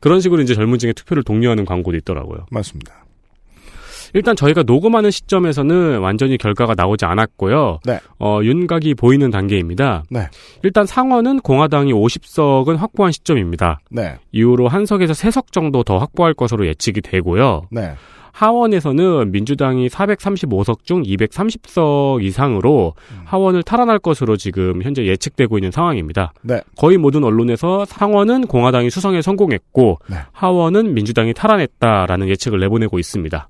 [SPEAKER 6] 그런 식으로 이제 젊은 층의 투표를 독려하는 광고도 있더라고요.
[SPEAKER 2] 맞습니다.
[SPEAKER 6] 일단 저희가 녹음하는 시점에서는 완전히 결과가 나오지 않았고요.
[SPEAKER 2] 네.
[SPEAKER 6] 어, 윤곽이 보이는 단계입니다.
[SPEAKER 2] 네.
[SPEAKER 6] 일단 상원은 공화당이 50석은 확보한 시점입니다.
[SPEAKER 2] 네
[SPEAKER 6] 이후로 한 석에서 세 석 정도 더 확보할 것으로 예측이 되고요.
[SPEAKER 2] 네.
[SPEAKER 6] 하원에서는 민주당이 435석 중 230석 이상으로 하원을 탈환할 것으로 지금 현재 예측되고 있는 상황입니다.
[SPEAKER 2] 네.
[SPEAKER 6] 거의 모든 언론에서 상원은 공화당이 수성에 성공했고
[SPEAKER 2] 네.
[SPEAKER 6] 하원은 민주당이 탈환했다라는 예측을 내보내고 있습니다.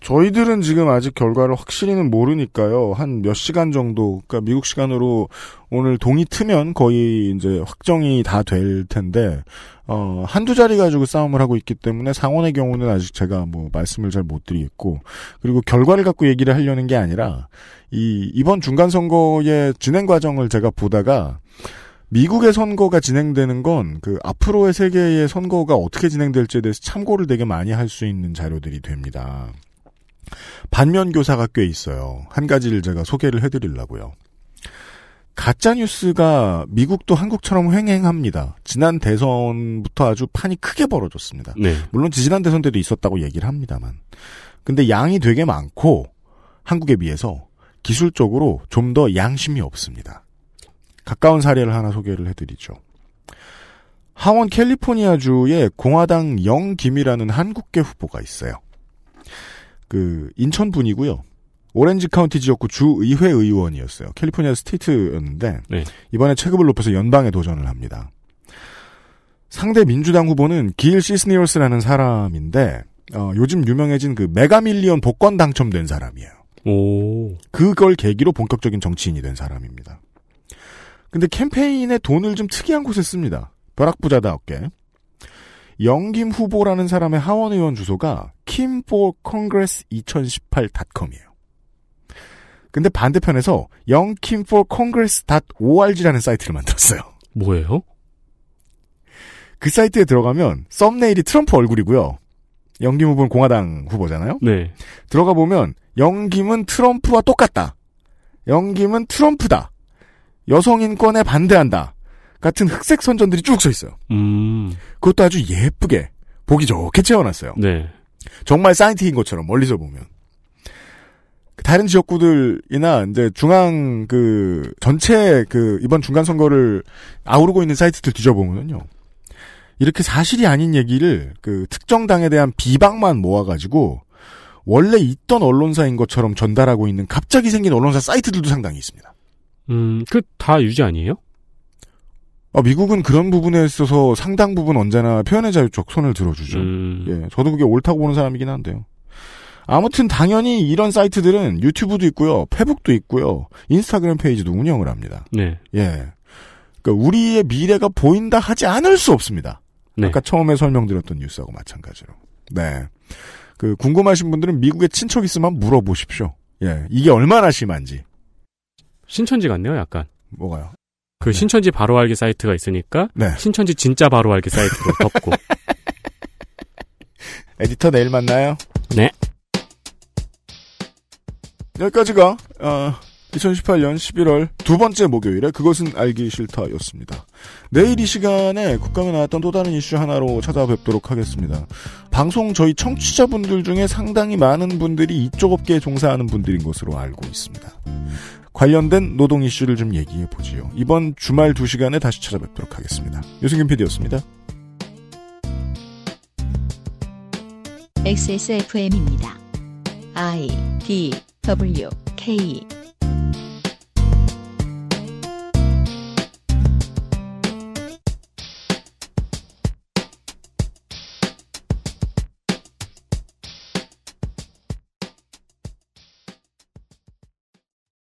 [SPEAKER 2] 저희들은 지금 아직 결과를 확실히는 모르니까요. 한 몇 시간 정도, 그러니까 미국 시간으로 오늘 동이 트면 거의 이제 확정이 다 될 텐데, 어, 한두 자리 가지고 싸움을 하고 있기 때문에 상원의 경우는 아직 제가 뭐 말씀을 잘 못 드리겠고, 그리고 결과를 갖고 얘기를 하려는 게 아니라, 이, 이번 중간 선거의 진행 과정을 제가 보다가, 미국의 선거가 진행되는 건 그 앞으로의 세계의 선거가 어떻게 진행될지에 대해서 참고를 되게 많이 할 수 있는 자료들이 됩니다. 반면 교사가 꽤 있어요. 한 가지를 제가 소개를 해드리려고요. 가짜 뉴스가 미국도 한국처럼 횡행합니다. 지난 대선부터 아주 판이 크게 벌어졌습니다.
[SPEAKER 6] 네.
[SPEAKER 2] 물론 지지난 대선 때도 있었다고 얘기를 합니다만. 근데 양이 되게 많고 한국에 비해서 기술적으로 좀 더 양심이 없습니다. 가까운 사례를 하나 소개를 해드리죠. 하원 캘리포니아주에 공화당 영김이라는 한국계 후보가 있어요. 그 인천 분이고요. 오렌지 카운티 지역구 주 의회 의원이었어요. 캘리포니아 스테이트였는데
[SPEAKER 6] 네.
[SPEAKER 2] 이번에 체급을 높여서 연방에 도전을 합니다. 상대 민주당 후보는 길 시스니어스라는 사람인데 어, 요즘 유명해진 그 메가밀리언 복권 당첨된 사람이에요.
[SPEAKER 6] 오.
[SPEAKER 2] 그걸 계기로 본격적인 정치인이 된 사람입니다. 근데 캠페인에 돈을 좀 특이한 곳에 씁니다. 벼락부자다웠게. 영김 후보라는 사람의 하원 의원 주소가 kim4congress2018.com이에요. 근데 반대편에서 영kim4congress.org라는 사이트를 만들었어요.
[SPEAKER 6] 뭐예요?
[SPEAKER 2] 그 사이트에 들어가면 썸네일이 트럼프 얼굴이고요. 영김 후보는 공화당 후보잖아요.
[SPEAKER 6] 네.
[SPEAKER 2] 들어가 보면 영김은 트럼프와 똑같다. 영김은 트럼프다. 여성 인권에 반대한다. 같은 흑색 선전들이 쭉 서 있어요.
[SPEAKER 6] 음.
[SPEAKER 2] 그것도 아주 예쁘게 보기 좋게 채워놨어요.
[SPEAKER 6] 네.
[SPEAKER 2] 정말 사이트인 것처럼 멀리서 보면 그 다른 지역구들이나 이제 중앙 그 전체 그 이번 중간 선거를 아우르고 있는 사이트들 뒤져보면요 이렇게 사실이 아닌 얘기를 그 특정 당에 대한 비방만 모아가지고 원래 있던 언론사인 것처럼 전달하고 있는 갑자기 생긴 언론사 사이트들도 상당히 있습니다.
[SPEAKER 6] 음, 그 다 유지 아니에요?
[SPEAKER 2] 아, 미국은 그런 부분에 있어서 상당 부분 언제나 표현의 자유 쪽 손을 들어주죠.
[SPEAKER 6] 음.
[SPEAKER 2] 예, 저도 그게 옳다고 보는 사람이긴 한데요. 아무튼 당연히 이런 사이트들은 유튜브도 있고요, 페북도 있고요, 인스타그램 페이지도 운영을 합니다.
[SPEAKER 6] 네.
[SPEAKER 2] 예. 그러니까 우리의 미래가 보인다 하지 않을 수 없습니다.
[SPEAKER 6] 네.
[SPEAKER 2] 아까 처음에 설명드렸던 뉴스하고 마찬가지로. 네. 그 궁금하신 분들은 미국에 친척 있으면 물어보십시오. 예. 이게 얼마나 심한지.
[SPEAKER 6] 신천지 같네요, 약간.
[SPEAKER 2] 뭐가요?
[SPEAKER 6] 그 신천지 바로 알기 사이트가 있으니까
[SPEAKER 2] 네.
[SPEAKER 6] 신천지 진짜 바로 알기 사이트로 *laughs* 덮고.
[SPEAKER 2] 에디터 내일 만나요.
[SPEAKER 6] 네.
[SPEAKER 2] 여기까지가 2018년 11월 두 번째 목요일에 그것은 알기 싫다였습니다. 내일 이 시간에 국감에 나왔던 또 다른 이슈 하나로 찾아뵙도록 하겠습니다. 방송 저희 청취자분들 중에 상당히 많은 분들이 이쪽 업계에 종사하는 분들인 것으로 알고 있습니다. 관련된 노동 이슈를 좀 얘기해 보지요. 이번 주말 2시간에 다시 찾아뵙도록 하겠습니다. 유승균 PD였습니다.
[SPEAKER 1] XSFM입니다. I D W K